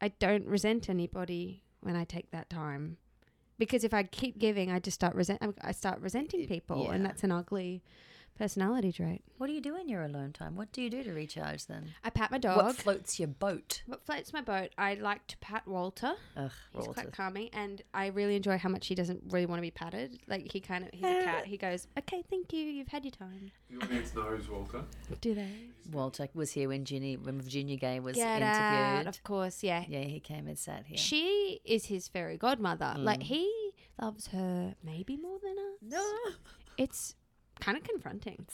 Speaker 2: I don't resent anybody when I take that time, because if I keep giving, I just start resent. I'm- I start resenting people, and
Speaker 1: yeah.
Speaker 2: that's an ugly personality trait.
Speaker 1: What do you do in your alone time? What do you do to recharge then?
Speaker 2: I pat my dog.
Speaker 1: What floats your boat?
Speaker 2: What floats my boat? I like to pat Walter.
Speaker 1: Ugh,
Speaker 2: He's quite
Speaker 1: Walter.
Speaker 2: calming, and I really enjoy how much he doesn't really want to be patted. Like he kind of, he's a cat. He goes, "Okay, thank you. You've had your time."
Speaker 4: The audience knows, Walter.
Speaker 2: Do they?
Speaker 1: Walter was here when Ginny, when Virginia Gay was
Speaker 2: Get out.
Speaker 1: interviewed.
Speaker 2: Of course, yeah.
Speaker 1: Yeah, he came and sat here.
Speaker 2: She is his fairy godmother. Like he loves her maybe more than us.
Speaker 1: No.
Speaker 2: It's kind of confronting.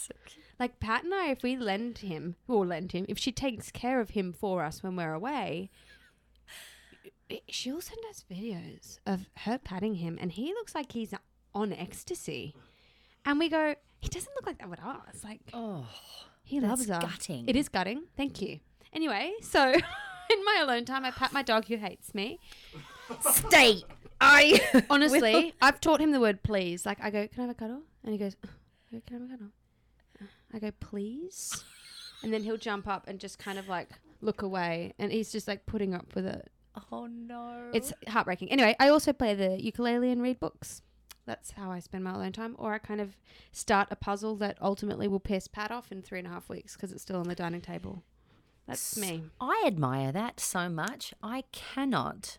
Speaker 2: Like Pat and I, if we lend him or lend him, if she takes care of him for us when we're away, i- she'll send us videos of her patting him, and he looks like he's on ecstasy. And we go, he doesn't look like that with us. Like
Speaker 1: Oh,
Speaker 2: he
Speaker 1: that's
Speaker 2: loves us.
Speaker 1: gutting.
Speaker 2: It is gutting. Thank you. Anyway, so <laughs> in my alone time, I pat my dog who hates me.
Speaker 1: Stay. I <laughs>
Speaker 2: Honestly, I've taught him the word please. Like I go, can I have a cuddle? And he goes, "Ugh." I go, can I have a cuddle? I go, please. And then he'll jump up and just kind of like look away, and he's just like putting up with it.
Speaker 1: Oh no.
Speaker 2: It's heartbreaking. Anyway, I also play the ukulele and read books. That's how I spend my alone time. Or I kind of start a puzzle that ultimately will piss Pat off in three and a half weeks because it's still on the dining table. That's me.
Speaker 1: I admire that so much. I cannot.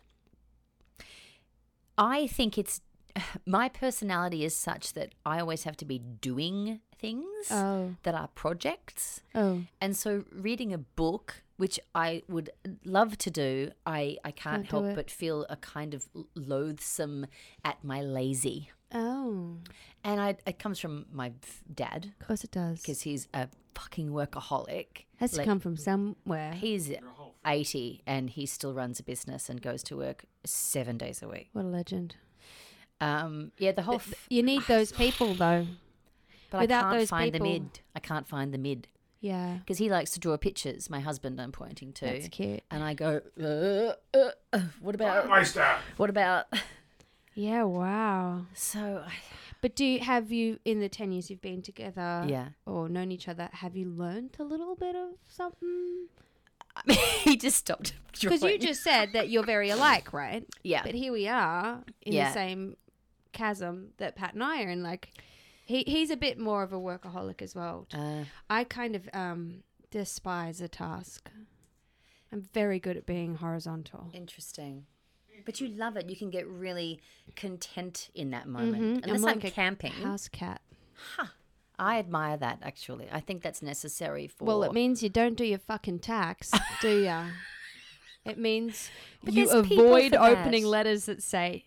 Speaker 1: I think it's <sighs> my personality is such that I always have to be doing things
Speaker 2: Oh.
Speaker 1: that are projects.
Speaker 2: Oh.
Speaker 1: And so reading a book, which I would love to do, I, I can't
Speaker 2: Can't do
Speaker 1: help
Speaker 2: it.
Speaker 1: but feel a kind of loathsome at my lazy.
Speaker 2: Oh.
Speaker 1: And I, it comes from my f- dad
Speaker 2: Of course it does.
Speaker 1: because he's a fucking workaholic.
Speaker 2: has to
Speaker 1: Like,
Speaker 2: come from somewhere.
Speaker 1: He's 80 and he still runs a business and goes to work seven days a week.
Speaker 2: What a legend.
Speaker 1: Um, yeah, the whole. F- ah,
Speaker 2: You need those people though.
Speaker 1: but
Speaker 2: without
Speaker 1: I can't
Speaker 2: those
Speaker 1: find the
Speaker 2: people-
Speaker 1: mid. I can't find the mid
Speaker 2: Yeah.
Speaker 1: because he likes to draw pictures. My husband, I'm pointing to.
Speaker 2: That's cute.
Speaker 1: And I go, uh, uh, uh, what
Speaker 4: Oh
Speaker 1: about?
Speaker 4: Meister!
Speaker 1: <laughs> What about?
Speaker 2: Yeah, wow.
Speaker 1: So, I,
Speaker 2: But do you, have you in the 10 years you've been together
Speaker 1: Yeah. <laughs>
Speaker 2: or known each other, have you learnt a little bit of something?
Speaker 1: he just stopped. <laughs>
Speaker 2: Cuz you
Speaker 1: drawing.
Speaker 2: just said that you're very alike, right?
Speaker 1: Yeah.
Speaker 2: But here we are in
Speaker 1: Yeah.
Speaker 2: the same chasm that Pat and I are in like he he's a bit more of a workaholic as well.
Speaker 1: Uh,
Speaker 2: I kind of um despise a task. I'm very good at being horizontal.
Speaker 1: Interesting. But you love it. You can get really content in that moment. Unless
Speaker 2: I'm
Speaker 1: I'm,
Speaker 2: Mm-hmm. like a
Speaker 1: camping.
Speaker 2: House cat.
Speaker 1: I admire that actually. I think that's necessary for
Speaker 2: Well, it means you don't do your fucking tax, do ya?
Speaker 1: <laughs>
Speaker 2: It means
Speaker 1: But
Speaker 2: you
Speaker 1: there's people
Speaker 2: avoid
Speaker 1: for that.
Speaker 2: opening letters that say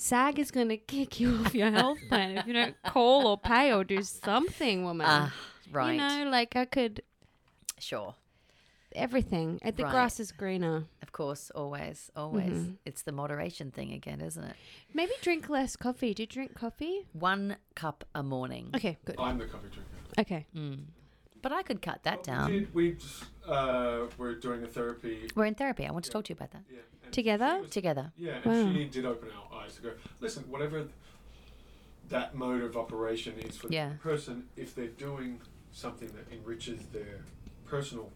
Speaker 2: SAG is going to kick you <laughs> off your health plan if you don't call or pay or do something, woman.
Speaker 1: Ah, right.
Speaker 2: You know, like I could
Speaker 1: Sure.
Speaker 2: everything. Uh, The
Speaker 1: Right.
Speaker 2: grass is greener.
Speaker 1: Of course, always, always.
Speaker 2: Mm-hmm.
Speaker 1: It's the moderation thing again, isn't it?
Speaker 2: Maybe drink less coffee. Do you drink coffee?
Speaker 1: One cup a morning. Mm.
Speaker 2: Okay, good.
Speaker 4: I'm the coffee drinker.
Speaker 2: Okay.
Speaker 1: But I could cut that
Speaker 4: We,
Speaker 1: down.
Speaker 4: did, we just, uh, were doing a therapy.
Speaker 1: We're in therapy. I want to talk to you about that.
Speaker 4: Yeah, and
Speaker 2: Together?
Speaker 1: Together.
Speaker 4: Yeah, and
Speaker 2: Wow.
Speaker 4: she did open our eyes to go, listen, whatever that mode of operation is for
Speaker 1: Yeah.
Speaker 4: the person, if they're doing something that enriches their personal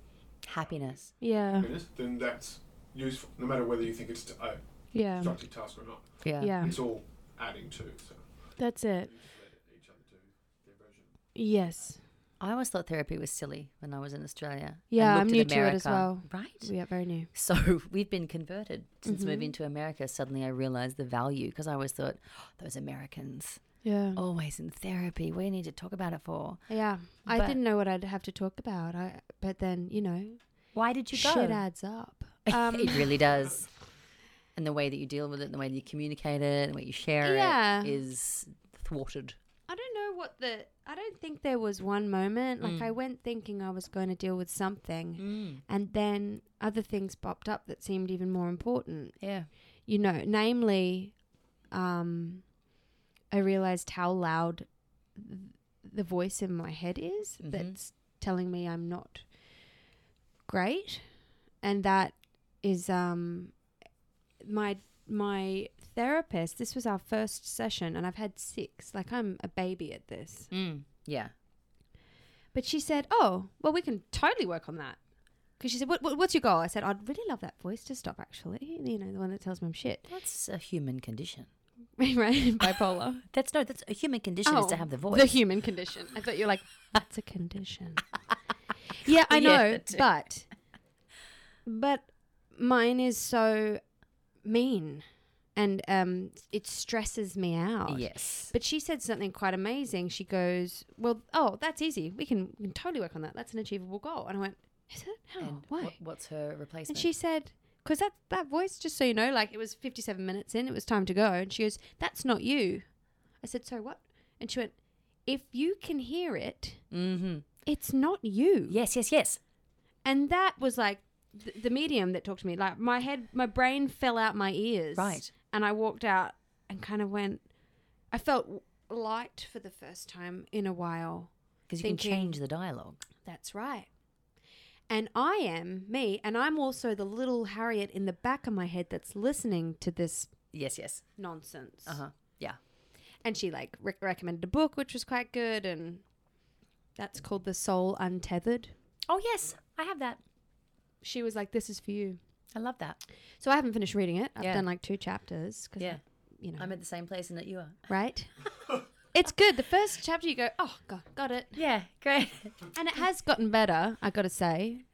Speaker 1: Happiness.
Speaker 2: Yeah.
Speaker 4: happiness, then that's useful, no matter whether you think it's uh, a
Speaker 2: Yeah.
Speaker 4: constructive task or not.
Speaker 1: Yeah.
Speaker 2: Yeah.
Speaker 4: It's all adding to. So
Speaker 2: That's it.
Speaker 4: we just let each other do their version.
Speaker 2: Yes.
Speaker 1: I always thought therapy was silly when I was in Australia. I
Speaker 2: Yeah, I'm
Speaker 1: looked at
Speaker 2: new to it as
Speaker 1: America.
Speaker 2: well.
Speaker 1: Right?
Speaker 2: We are very new.
Speaker 1: So <laughs> we've been converted since
Speaker 2: Mm-hmm.
Speaker 1: moving to America. Suddenly I realized the value because I always thought, "Oh, those Americans
Speaker 2: Yeah.
Speaker 1: always in therapy. We need to talk about it for.
Speaker 2: Oh, Yeah, I
Speaker 1: But-
Speaker 2: didn't know what I'd have to talk about. I but then you know,
Speaker 1: Why did you go?
Speaker 2: shit adds up. Um,
Speaker 1: it really does. And the way that you deal with it, and the way that you communicate it, and the way you share
Speaker 2: Yeah.
Speaker 1: it is thwarted.
Speaker 2: I don't know what the. I don't think there was one moment like I went thinking I was going to deal with something,
Speaker 1: Mm.
Speaker 2: and then other things popped up that seemed even more important.
Speaker 1: Yeah.
Speaker 2: You know, namely, um, I realized how loud th- the voice in my head is
Speaker 1: Mhm.
Speaker 2: that's telling me I'm not great, and that is um my my therapist, this was our first session, and I've had six. Like, I'm a baby at this.
Speaker 1: Mm. Yeah.
Speaker 2: But she said, Oh, well, we can totally work on that. Because she said, what, what, What's your goal? I said, I'd really love that voice to stop, actually. You know, the one that tells me I'm shit. <laughs>
Speaker 1: That's a human condition.
Speaker 2: right? <laughs> Bipolar.
Speaker 1: That's no, that's a human condition is to
Speaker 2: Oh,
Speaker 1: have the voice.
Speaker 2: The human condition. I thought you were like, that's
Speaker 1: <laughs>
Speaker 2: a condition. yeah, I
Speaker 1: Yeah,
Speaker 2: know,
Speaker 1: I do.
Speaker 2: but but mine is so mean, and um, it stresses me out.
Speaker 1: Oh, yes.
Speaker 2: But she said something quite amazing. She goes, "Well, oh, that's easy. We can, we can totally work on that. That's an achievable goal." And I went, "Is it? How?
Speaker 1: And
Speaker 2: Why?"
Speaker 1: what- what's her replacement?
Speaker 2: And she said, because that, that voice, just so you know, like it was 57 minutes in, it was time to go. And she goes, that's not you. I said, so what? And she went, if you can hear it,
Speaker 1: mm-hmm.
Speaker 2: it's not you.
Speaker 1: Yes, yes, yes.
Speaker 2: And that was like th- the medium that talked to me. Like my head, my brain fell out my ears.
Speaker 1: Right.
Speaker 2: And I walked out and kind of went, I felt light for the first time in a while.
Speaker 1: Because you can
Speaker 2: Thinking-
Speaker 1: change the dialogue.
Speaker 2: That's right. And I am me, and I'm also the little Harriet in the back of my head that's listening to this
Speaker 1: Yes, yes.
Speaker 2: nonsense.
Speaker 1: Uh huh. Yeah.
Speaker 2: And she like rec recommended a book, which was quite good, and that's called The Soul Untethered.
Speaker 1: Oh yes, I have that.
Speaker 2: She was like, "This is for you."
Speaker 1: I love that.
Speaker 2: So I haven't finished reading it. I've
Speaker 1: Yeah.
Speaker 2: done like two chapters because
Speaker 1: Yeah.
Speaker 2: you know,
Speaker 1: I'm at the same place and that you are. <laughs>
Speaker 2: right? it's good. The first chapter, you go, "Oh God, got it,"
Speaker 1: Yeah, great. Mm.
Speaker 2: and it has gotten better. I got to say.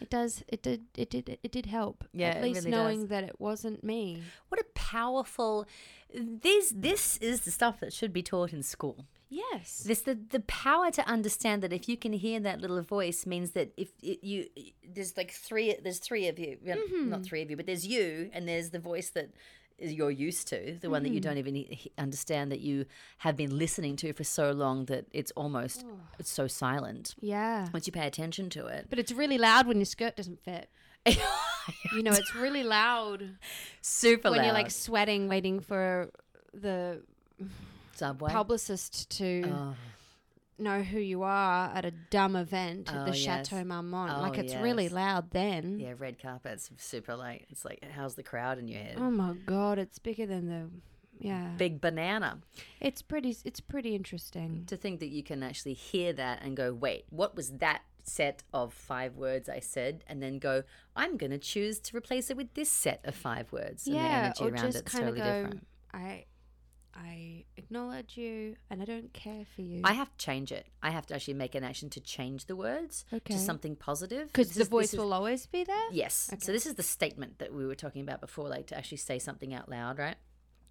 Speaker 2: It does. It did. It did. It did help.
Speaker 1: Yeah,
Speaker 2: at
Speaker 1: it
Speaker 2: least
Speaker 1: really does.
Speaker 2: knowing that it wasn't me.
Speaker 1: What a powerful this this is the stuff that should be taught in school.
Speaker 2: Yes.
Speaker 1: This the the power to understand that if you can hear that little voice means that if it, you there's like three there's three of you well, not three of you but there's you and there's the voice that is- you're used to the one that you don't even he- understand that you have been listening to for so long that it's almost it's so silent
Speaker 2: Yeah.
Speaker 1: once you pay attention to it. <laughs>
Speaker 2: But it's really loud when your skirt doesn't fit. You know, it's
Speaker 1: <laughs>
Speaker 2: really loud
Speaker 1: Super
Speaker 2: when
Speaker 1: loud.
Speaker 2: you're like sweating, waiting for the
Speaker 1: subway.
Speaker 2: publicist to
Speaker 1: Oh.
Speaker 2: know who you are at a dumb event at
Speaker 1: Oh,
Speaker 2: the
Speaker 1: yes.
Speaker 2: Chateau Marmont.
Speaker 1: Oh,
Speaker 2: like, it's really
Speaker 1: yes.
Speaker 2: loud then.
Speaker 1: Yeah, red carpet's super late. It's like, how's the crowd in your head?
Speaker 2: Oh my God, it's bigger than the. Yeah.
Speaker 1: Big banana.
Speaker 2: It's pretty, it's pretty interesting.
Speaker 1: To think that you can actually hear that and go, wait, what was that set of five words I said? And then go, I'm going to choose to replace it with this set of five words. And
Speaker 2: yeah.
Speaker 1: the
Speaker 2: Or
Speaker 1: energy around
Speaker 2: just
Speaker 1: it's
Speaker 2: kind of
Speaker 1: totally
Speaker 2: go,
Speaker 1: different.
Speaker 2: I, I acknowledge you and I don't care for you.
Speaker 1: I have to change it. I have to actually make an action to change the words
Speaker 2: Okay.
Speaker 1: to something positive.
Speaker 2: Because
Speaker 1: This
Speaker 2: the
Speaker 1: is- this
Speaker 2: voice
Speaker 1: is-
Speaker 2: will always be there?
Speaker 1: Yes. So this is the statement that we were talking about before, like to actually say something out loud, right?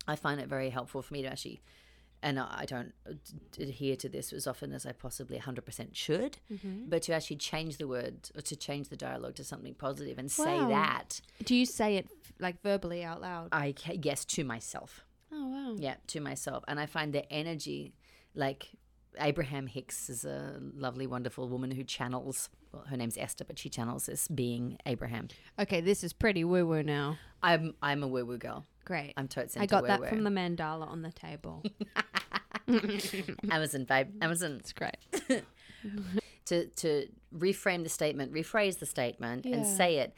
Speaker 1: I find it very helpful for me to actually, and I I don't ad- adhere to this as often as I possibly 100% should, but to actually change the word or to change the dialogue to something positive and say
Speaker 2: Wow.
Speaker 1: that,
Speaker 2: Do you say it like verbally out loud?
Speaker 1: I ca- yes to myself.
Speaker 2: oh wow.
Speaker 1: Yeah, to myself. And I find the energy, like Abraham Hicks is a lovely, wonderful woman who channels, well, her name's Esther, but she channels this being Abraham.
Speaker 2: Okay, this is pretty woo woo now.
Speaker 1: I'm, I'm a woo woo girl.
Speaker 2: Great.
Speaker 1: I'm totes into
Speaker 2: I got that
Speaker 1: woo-woo.
Speaker 2: from the mandala on
Speaker 1: <laughs>
Speaker 2: the table.
Speaker 1: <clears throat> Amazon, babe.
Speaker 2: Mm.
Speaker 1: Amazon.
Speaker 2: it's great.
Speaker 1: To to reframe the statement, rephrase the statement, and
Speaker 2: Yeah. Hmm.
Speaker 1: say it.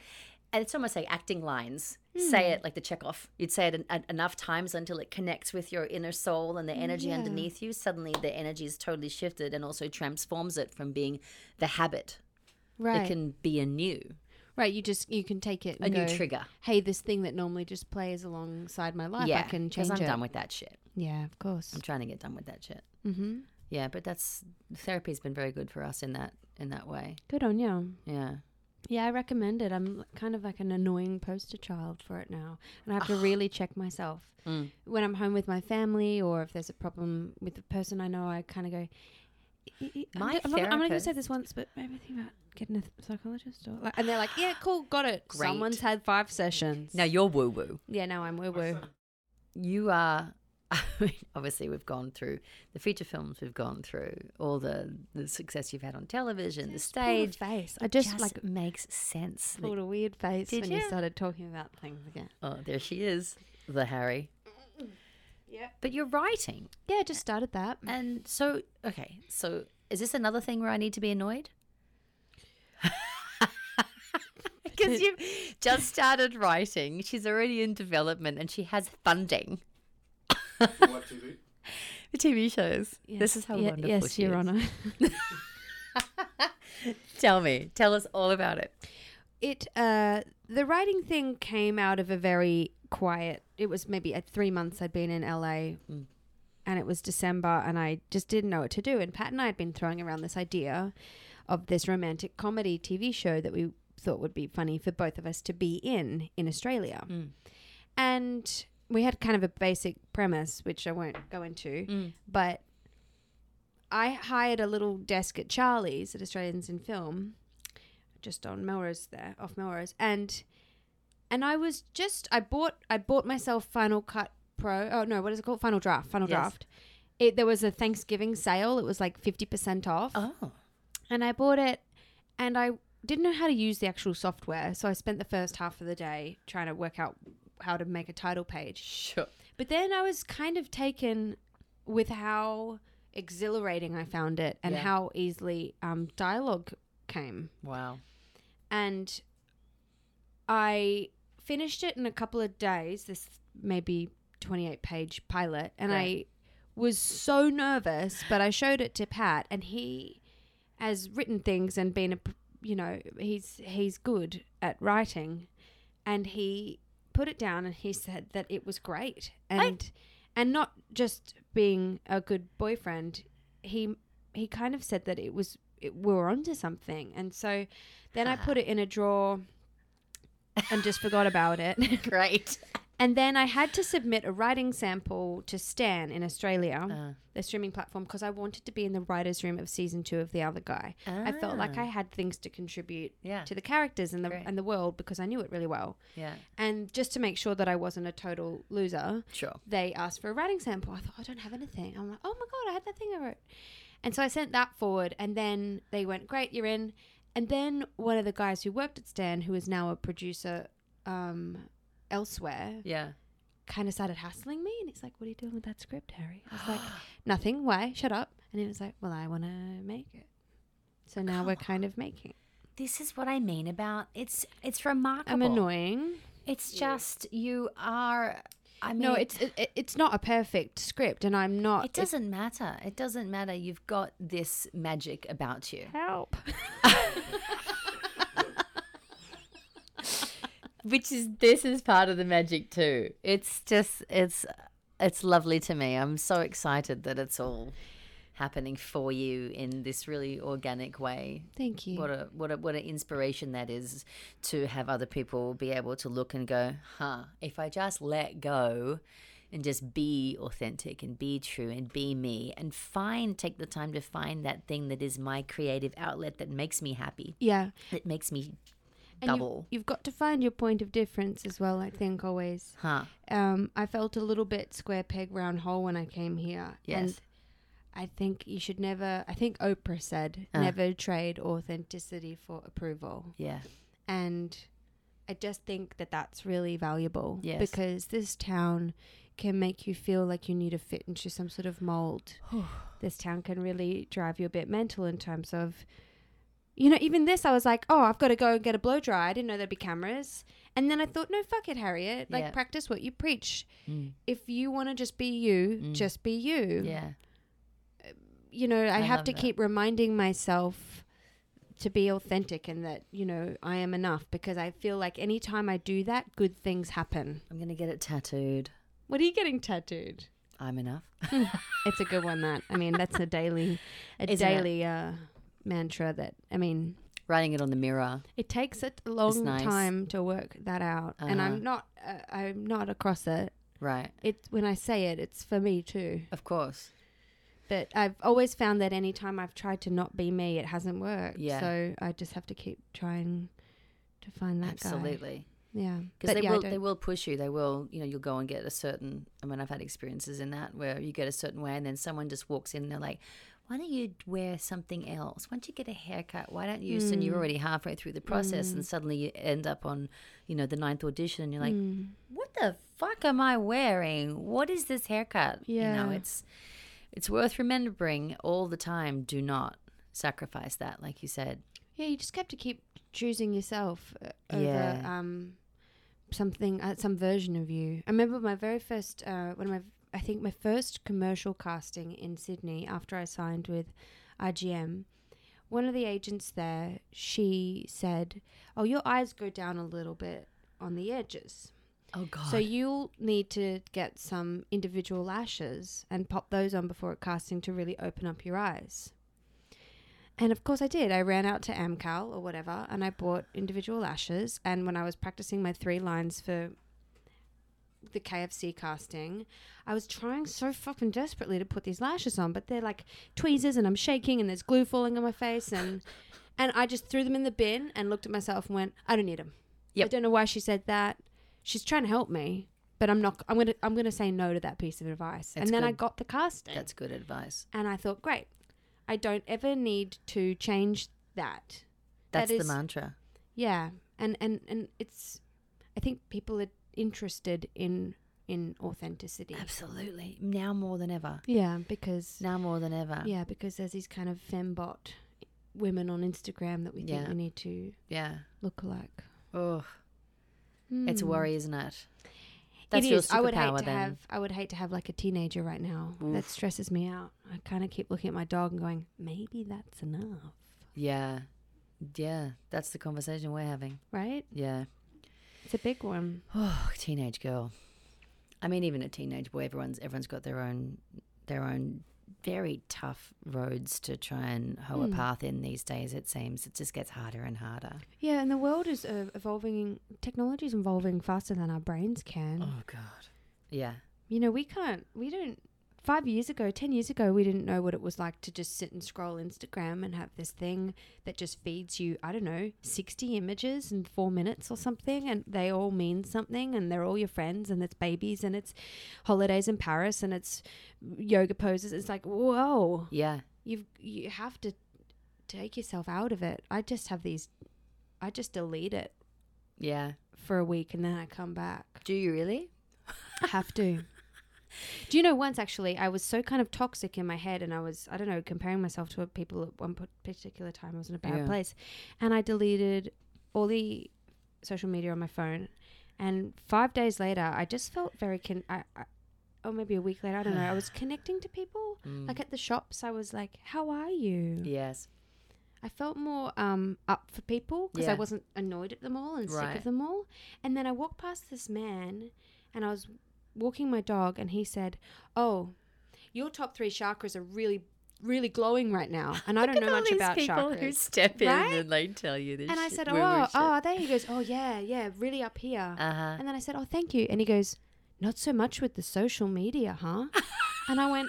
Speaker 1: And it's almost like acting lines. Say it like the Chekhov. You'd say it en- en- enough times until it connects with your inner soul and the energy
Speaker 2: Mm, Yeah.
Speaker 1: underneath you. Suddenly, the energy is totally shifted and also transforms it from being the habit.
Speaker 2: Right.
Speaker 1: It can be a new,
Speaker 2: right, you just you can take it
Speaker 1: a
Speaker 2: and
Speaker 1: new
Speaker 2: go,
Speaker 1: trigger.
Speaker 2: Hey, this thing that normally just plays alongside my life,
Speaker 1: yeah,
Speaker 2: I can
Speaker 1: because
Speaker 2: change
Speaker 1: I'm
Speaker 2: it.
Speaker 1: done with that shit.
Speaker 2: yeah, of course.
Speaker 1: I'm trying to get done with that shit.
Speaker 2: Mm-hmm.
Speaker 1: Yeah, but that's therapy's been very good for us in that in that way.
Speaker 2: Good on you.
Speaker 1: Yeah.
Speaker 2: Yeah, I recommend it. I'm l- kind of like an annoying poster child for it now. And I have
Speaker 1: <sighs>
Speaker 2: to really check myself.
Speaker 1: Mm.
Speaker 2: When I'm home with my family or if there's a problem with the person I know, I kind of go, "Y- y- I'm
Speaker 1: My
Speaker 2: ju- I'm not, I'm not going to
Speaker 1: therapist-
Speaker 2: say this once, but maybe think about getting a th- psychologist or like, and they're like, yeah, cool, got it.
Speaker 1: Great.
Speaker 2: Someone's had five sessions.
Speaker 1: Now you're woo woo.
Speaker 2: yeah, no, I'm woo woo.
Speaker 1: you are <laughs> I mean, obviously we've gone through the feature films we've gone through all the the success you've had on television the stage
Speaker 2: face. I
Speaker 1: It
Speaker 2: just, like
Speaker 1: makes sense
Speaker 2: pulled a weird face
Speaker 1: Did
Speaker 2: when
Speaker 1: ya?
Speaker 2: you started talking about things again.
Speaker 1: oh there she is the harry yeah but you're writing
Speaker 2: Yeah, just started that.
Speaker 1: and so okay so <laughs> is this another thing where i need to be annoyed because you've just started writing. She's already in development and she has funding
Speaker 4: You like TV?
Speaker 1: for TV shows. This is how
Speaker 2: Ye-
Speaker 1: wonderful
Speaker 2: Yes,
Speaker 1: she
Speaker 2: Your
Speaker 1: is.
Speaker 2: Honour.
Speaker 1: Tell me, tell us all about it.
Speaker 2: it uh the writing thing came out of a very quiet it was maybe at three months i'd been in la and it was december and i just didn't know what to do and pat and i had been throwing around this idea of this romantic comedy tv show that we thought would be funny for both of us to be in in australia
Speaker 1: Mm.
Speaker 2: and we had kind of a basic premise which i won't go into
Speaker 1: Mm.
Speaker 2: but i hired a little desk at charlie's at australians in film just on Melrose there, off Melrose, and and I was just I bought I bought myself Final Cut Pro. Oh no, what is it called? Final Draft. Final
Speaker 1: Yes.
Speaker 2: Draft. It there was a Thanksgiving sale. It was like fifty percent off,
Speaker 1: Oh,
Speaker 2: and I bought it, and I didn't know how to use the actual software, so I spent the first half of the day trying to work out how to make a title page.
Speaker 1: sure. <laughs>
Speaker 2: But then I was kind of taken with how exhilarating I found it and
Speaker 1: Yeah.
Speaker 2: how easily um, dialogue came
Speaker 1: Wow.
Speaker 2: and I finished it in a couple of days. This maybe twenty-eight page pilot, and
Speaker 1: Right.
Speaker 2: I was so nervous. But I showed it to Pat, and he has written things and been a p- you know he's he's good at writing, and he put it down and he said that it was great and and not just being a good boyfriend he he kind of said that it was it, we were onto something and so then i put it in a drawer and just forgot about it
Speaker 1: <laughs> Great.
Speaker 2: and then i had to submit a writing sample to stan in australia
Speaker 1: Uh.
Speaker 2: the streaming platform because i wanted to be in the writers room of season two of the other guy i felt like
Speaker 1: Ah.
Speaker 2: i had things to contribute
Speaker 1: Yeah.
Speaker 2: to the characters and the
Speaker 1: Great.
Speaker 2: and the world because i knew it really well
Speaker 1: Yeah.
Speaker 2: and just to make sure that I wasn't a total loser,
Speaker 1: Sure.
Speaker 2: they asked for a writing sample. I thought, I don't have anything. I'm like, oh my God, I had that thing I wrote. And so I sent that forward. And then they went, great, you're in. And then one of the guys who worked at Stan, who is now a producer um, elsewhere,
Speaker 1: Yeah.
Speaker 2: kind of started hassling me. And he's like, what are you doing with that script, Harry? I was like,
Speaker 1: <gasps>
Speaker 2: nothing. Why? Shut up. And he was like, well, I want to make it. So now we're kind of making. it.
Speaker 1: This is what I mean about it's it's remarkable.
Speaker 2: I'm annoying.
Speaker 1: It's just you are I mean
Speaker 2: No, it's it, it's not a perfect script, and I'm not.
Speaker 1: it doesn't matter. It doesn't matter. You've got this magic about you.
Speaker 2: help.
Speaker 1: which is this is part of the magic too. It's just it's it's lovely to me. I'm so excited that it's all happening for you in this really organic way.
Speaker 2: Thank you.
Speaker 1: What a what a what an inspiration that is to have other people be able to look and go, huh, if I just let go and just be authentic and be true and be me and find take the time to find that thing that is my creative outlet that makes me happy.
Speaker 2: yeah,
Speaker 1: That makes me
Speaker 2: and you-
Speaker 1: Double.
Speaker 2: You've, got to find your point of difference as well. I think always.
Speaker 1: huh.
Speaker 2: Um, I felt a little bit square peg round hole when I came here.
Speaker 1: Yes.
Speaker 2: And I think you should never. I think Oprah said
Speaker 1: Uh.
Speaker 2: never trade authenticity for approval,
Speaker 1: Yeah.
Speaker 2: and I just think that that's really valuable.
Speaker 1: Yes.
Speaker 2: Because this town can make you feel like you need to fit into some sort
Speaker 1: <sighs>
Speaker 2: of mold. this town can really drive you a bit mental in terms of you know even this i was like oh i've got to go and get a blow dry i didn't know there'd be cameras and then i thought no fuck it harriet like
Speaker 1: Yeah.
Speaker 2: practice what you preach
Speaker 1: Mm.
Speaker 2: if you want to just be you just be you
Speaker 1: Yeah.
Speaker 2: you know i,
Speaker 1: I
Speaker 2: have
Speaker 1: love
Speaker 2: to
Speaker 1: that.
Speaker 2: keep reminding myself to be authentic and that you know i am enough because i feel like anytime i do that good things happen
Speaker 1: I'm gonna get it tattooed.
Speaker 2: what are you getting tattooed
Speaker 1: I'm enough.
Speaker 2: It's a good one. That I mean, that's a daily,
Speaker 1: Isn't
Speaker 2: a
Speaker 1: it?
Speaker 2: daily uh, mantra. That I mean,
Speaker 1: Writing it on the mirror.
Speaker 2: it takes a long
Speaker 1: nice.
Speaker 2: time to work that out, and
Speaker 1: Uh-huh.
Speaker 2: I'm not, uh, I'm not across it.
Speaker 1: Right.
Speaker 2: It when I say it, it's for me too.
Speaker 1: Of course.
Speaker 2: But I've always found that any time I've tried to not be me, it hasn't worked.
Speaker 1: Yeah.
Speaker 2: So I just have to keep trying to find that guy.
Speaker 1: Absolutely.
Speaker 2: Yeah.
Speaker 1: Because
Speaker 2: But
Speaker 1: they
Speaker 2: yeah, I
Speaker 1: will
Speaker 2: don't-
Speaker 1: they will push you. They will, you know, you'll go and get a certain I mean, I've had experiences in that where you get a certain way and then someone just walks in and they're like, Why don't you wear something else? Why don't you get a haircut? Why don't you and
Speaker 2: Mm.
Speaker 1: you're already halfway through the process and suddenly you end up on, you know, the ninth audition and you're
Speaker 2: Mm.
Speaker 1: like, What the fuck am I wearing? What is this haircut? You know,
Speaker 2: Yeah.
Speaker 1: it's it's worth remembering all the time. Do not sacrifice that, like you said.
Speaker 2: Yeah, you just have to keep choosing yourself uh, over
Speaker 1: Yeah.
Speaker 2: um, something, uh, some version of you. I remember my very first, uh, one of my, I think my first commercial casting in Sydney after I signed with IGM. One of the agents there, she said, "Oh, your eyes go down a little bit on the edges."
Speaker 1: Oh God.
Speaker 2: So you'll need to get some individual lashes and pop those on before casting to really open up your eyes. And of course I did. I ran out to Amcal or whatever and I bought individual lashes and when I was practicing my three lines for the KFC casting, I was trying so fucking desperately to put these lashes on, but they're like tweezers and I'm shaking and there's glue falling on my face and <laughs> and I just threw them in the bin and looked at myself and went, I don't need them.
Speaker 1: Yep.
Speaker 2: I don't know why she said that. She's trying to help me, but I'm not. I'm gonna. I'm gonna say no to that piece of advice.
Speaker 1: That's
Speaker 2: and then I
Speaker 1: good.
Speaker 2: got the casting,
Speaker 1: That's good advice.
Speaker 2: and I thought, great. I don't ever need to change that.
Speaker 1: That's
Speaker 2: That
Speaker 1: the
Speaker 2: is-
Speaker 1: mantra.
Speaker 2: Yeah, and and and it's. I think people are interested in in authenticity.
Speaker 1: Absolutely. Now more than ever.
Speaker 2: Yeah, because
Speaker 1: Now more than ever.
Speaker 2: yeah, because there's these kind of fembot women on Instagram that we
Speaker 1: Yeah.
Speaker 2: think we need to
Speaker 1: Yeah.
Speaker 2: look alike.
Speaker 1: Oh, it's a
Speaker 2: Hmm.
Speaker 1: worry, isn't it? That's your
Speaker 2: is. I would hate
Speaker 1: superpower
Speaker 2: to
Speaker 1: then.
Speaker 2: have. I would hate to have like a teenager right now. That
Speaker 1: Oof.
Speaker 2: stresses me out. I kind of keep looking at my dog and going, maybe that's enough,
Speaker 1: Yeah. Yeah. That's the conversation we're having.
Speaker 2: right?
Speaker 1: Yeah.
Speaker 2: It's a big one.
Speaker 1: Oh, teenage girl. I mean, even a teenage boy. Everyone's everyone's got their own their own very tough roads to try and hoe a
Speaker 2: Hmm.
Speaker 1: path in these days. It seems it just gets harder and harder.
Speaker 2: Yeah, and the world is uh, evolving. Technology's evolving faster than our brains can.
Speaker 1: Oh God. Yeah.
Speaker 2: You know, we can't. We don't. Five years ago, ten years ago, we didn't know what it was like to just sit and scroll Instagram and have this thing that just feeds you. I don't know, sixty images in four minutes or something, and they all mean something, and they're all your friends, and it's babies, and it's holidays in Paris, and it's yoga poses. It's like, whoa,
Speaker 1: Yeah.
Speaker 2: you've you have to take yourself out of it. I just have these. I just delete it
Speaker 1: Yeah.
Speaker 2: for a week, and then I come back.
Speaker 1: Do you really?
Speaker 2: Have to. Do you know once actually I was so kind of toxic in my head and I was I don't know comparing myself to people at one p- particular time I was in a bad
Speaker 1: Yeah.
Speaker 2: place and I deleted all the social media on my phone and 5 days later I just felt very con- I, I or maybe a week later I don't know I was connecting to people
Speaker 1: Mm.
Speaker 2: like at the shops I was like how are you
Speaker 1: Yes.
Speaker 2: I felt more um, up for people because
Speaker 1: Yeah.
Speaker 2: I wasn't annoyed at them all and sick
Speaker 1: Right.
Speaker 2: of them all. And then I walked past this man and I was walking my dog and he said, Oh, your top three chakras are really, really glowing right now.
Speaker 1: <laughs>
Speaker 2: And I don't know much about chakras.
Speaker 1: step
Speaker 2: in Right?
Speaker 1: and they tell you this.
Speaker 2: And I said, Oh, oh, there he goes. Oh, yeah, yeah, really up here.
Speaker 1: Uh huh.
Speaker 2: And then I said, Oh, thank you. And he goes, Not so much with the social media,
Speaker 1: <laughs>
Speaker 2: huh? and I went,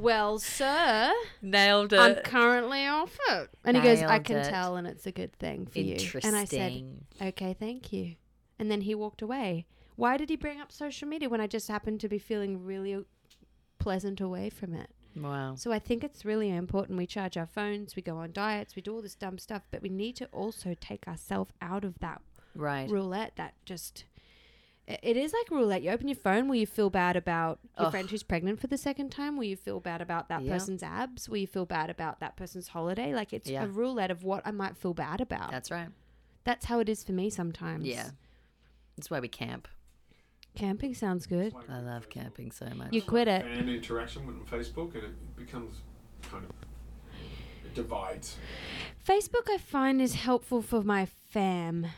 Speaker 2: Well, sir.
Speaker 1: Nailed it.
Speaker 2: I'm currently off it. And he goes, I
Speaker 1: Nailed
Speaker 2: can
Speaker 1: it.
Speaker 2: tell, and it's a good thing for you.
Speaker 1: Interesting.
Speaker 2: And I said, okay, thank you. And then he walked away. Why did he bring up social media when I just happened to be feeling really pleasant away from it?
Speaker 1: wow.
Speaker 2: So I think it's really important. We charge our phones, we go on diets, we do all this dumb stuff, but we need to also take ourselves out of that
Speaker 1: Right.
Speaker 2: roulette that just. i- It is like roulette. You open your phone. Will you feel bad about your
Speaker 1: Ugh.
Speaker 2: friend who's pregnant for the second time? Will you feel bad about that
Speaker 1: Yeah.
Speaker 2: person's abs? Will you feel bad about that person's holiday? Like it's
Speaker 1: Yeah.
Speaker 2: a roulette of what I might feel bad about. That's,
Speaker 1: That's right.
Speaker 2: how it is for me sometimes.
Speaker 1: Yeah. That's why we camp.
Speaker 2: Camping sounds good.
Speaker 4: Like
Speaker 1: I love camping so much.
Speaker 2: You quit it.
Speaker 4: Fan interaction with Facebook, and it becomes kind of it divides.
Speaker 2: Facebook, I find, is helpful for my fam.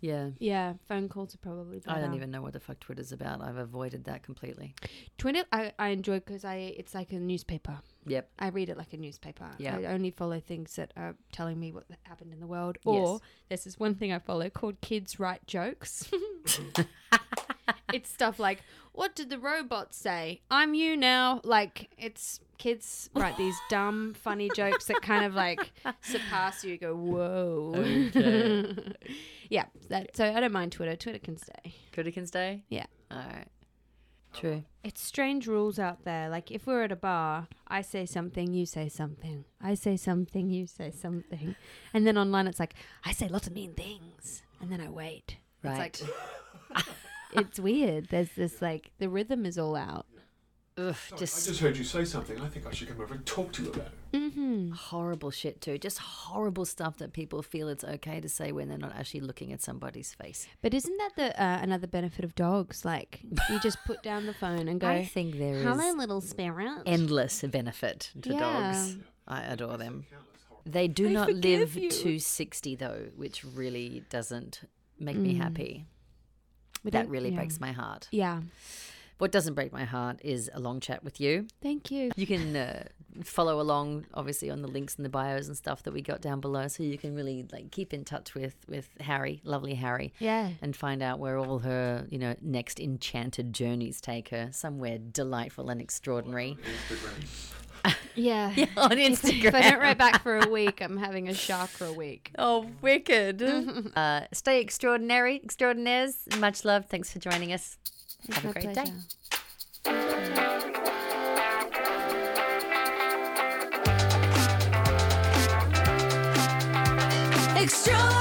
Speaker 1: yeah.
Speaker 2: Yeah, phone calls are probably better.
Speaker 1: I don't even know what the fuck Twitter's about. I've avoided that completely.
Speaker 2: Twitter, I, I enjoy because I it's like a newspaper.
Speaker 1: Yep.
Speaker 2: I read it like a newspaper.
Speaker 1: Yeah.
Speaker 2: I only follow things that are telling me what happened in the world.
Speaker 1: Yes.
Speaker 2: Or there's this one thing I follow called Kids Write
Speaker 1: <laughs>
Speaker 2: Jokes. it's stuff like, What did the robot say? I'm you now. Like, it's kids
Speaker 1: <laughs>
Speaker 2: write these dumb, funny jokes that kind of like surpass you. You go, Whoa.
Speaker 1: Okay.
Speaker 2: <laughs> yeah. That, so I don't mind Twitter. Twitter can stay.
Speaker 1: Twitter can stay?
Speaker 2: Yeah.
Speaker 1: All right. True.
Speaker 2: It's strange rules out there. Like if we're at a bar, I say something, you say something. I say something, you say something. And then online it's like, I say lots of mean things and then
Speaker 1: <laughs>
Speaker 2: I wait.
Speaker 1: Right.
Speaker 2: <laughs> It's like it's weird. There's this like the rhythm is all out.
Speaker 1: <laughs> Ugh,
Speaker 4: Sorry,
Speaker 1: just
Speaker 4: I just heard you say something. I think I should come over and talk to you about it.
Speaker 2: Mm-hmm.
Speaker 1: horrible shit too. Just horrible stuff that people feel it's okay to say when they're not actually looking at somebody's face.
Speaker 2: But isn't that the uh, another benefit of dogs? Like you
Speaker 1: <laughs>
Speaker 2: just put down the phone and go,
Speaker 1: I think there is
Speaker 2: "Hello, little spirit."
Speaker 1: endless benefit to dogs.
Speaker 2: Yeah.
Speaker 1: I adore them.
Speaker 4: Countless horror.
Speaker 1: They do not
Speaker 2: forgive
Speaker 1: live
Speaker 2: you.
Speaker 1: to 60 though, which really doesn't make me happy.
Speaker 2: We
Speaker 1: that
Speaker 2: don't-
Speaker 1: really
Speaker 2: Mm. yeah.
Speaker 1: breaks my heart.
Speaker 2: Yeah.
Speaker 1: What doesn't break my heart is a long chat with you.
Speaker 2: Thank you.
Speaker 1: You can uh, follow along, obviously, on the links and the bios and stuff that we got down below, so you can really like keep in touch with with Harry, lovely Harry,
Speaker 2: Yeah.
Speaker 1: and find out where all her you know next enchanted journeys take her, somewhere delightful and extraordinary <laughs>
Speaker 4: Instagram.
Speaker 2: Yeah.
Speaker 1: on
Speaker 2: <laughs> If I don't
Speaker 1: Instagram.
Speaker 2: write
Speaker 1: <laughs>
Speaker 2: back for a week, I'm having a chakra week.
Speaker 1: Oh, wicked! <laughs> uh, stay extraordinary, extraordinaires. Much love. Thanks for joining us. Have a
Speaker 2: My
Speaker 1: great day.
Speaker 2: pleasure.
Speaker 3: Extraordinary.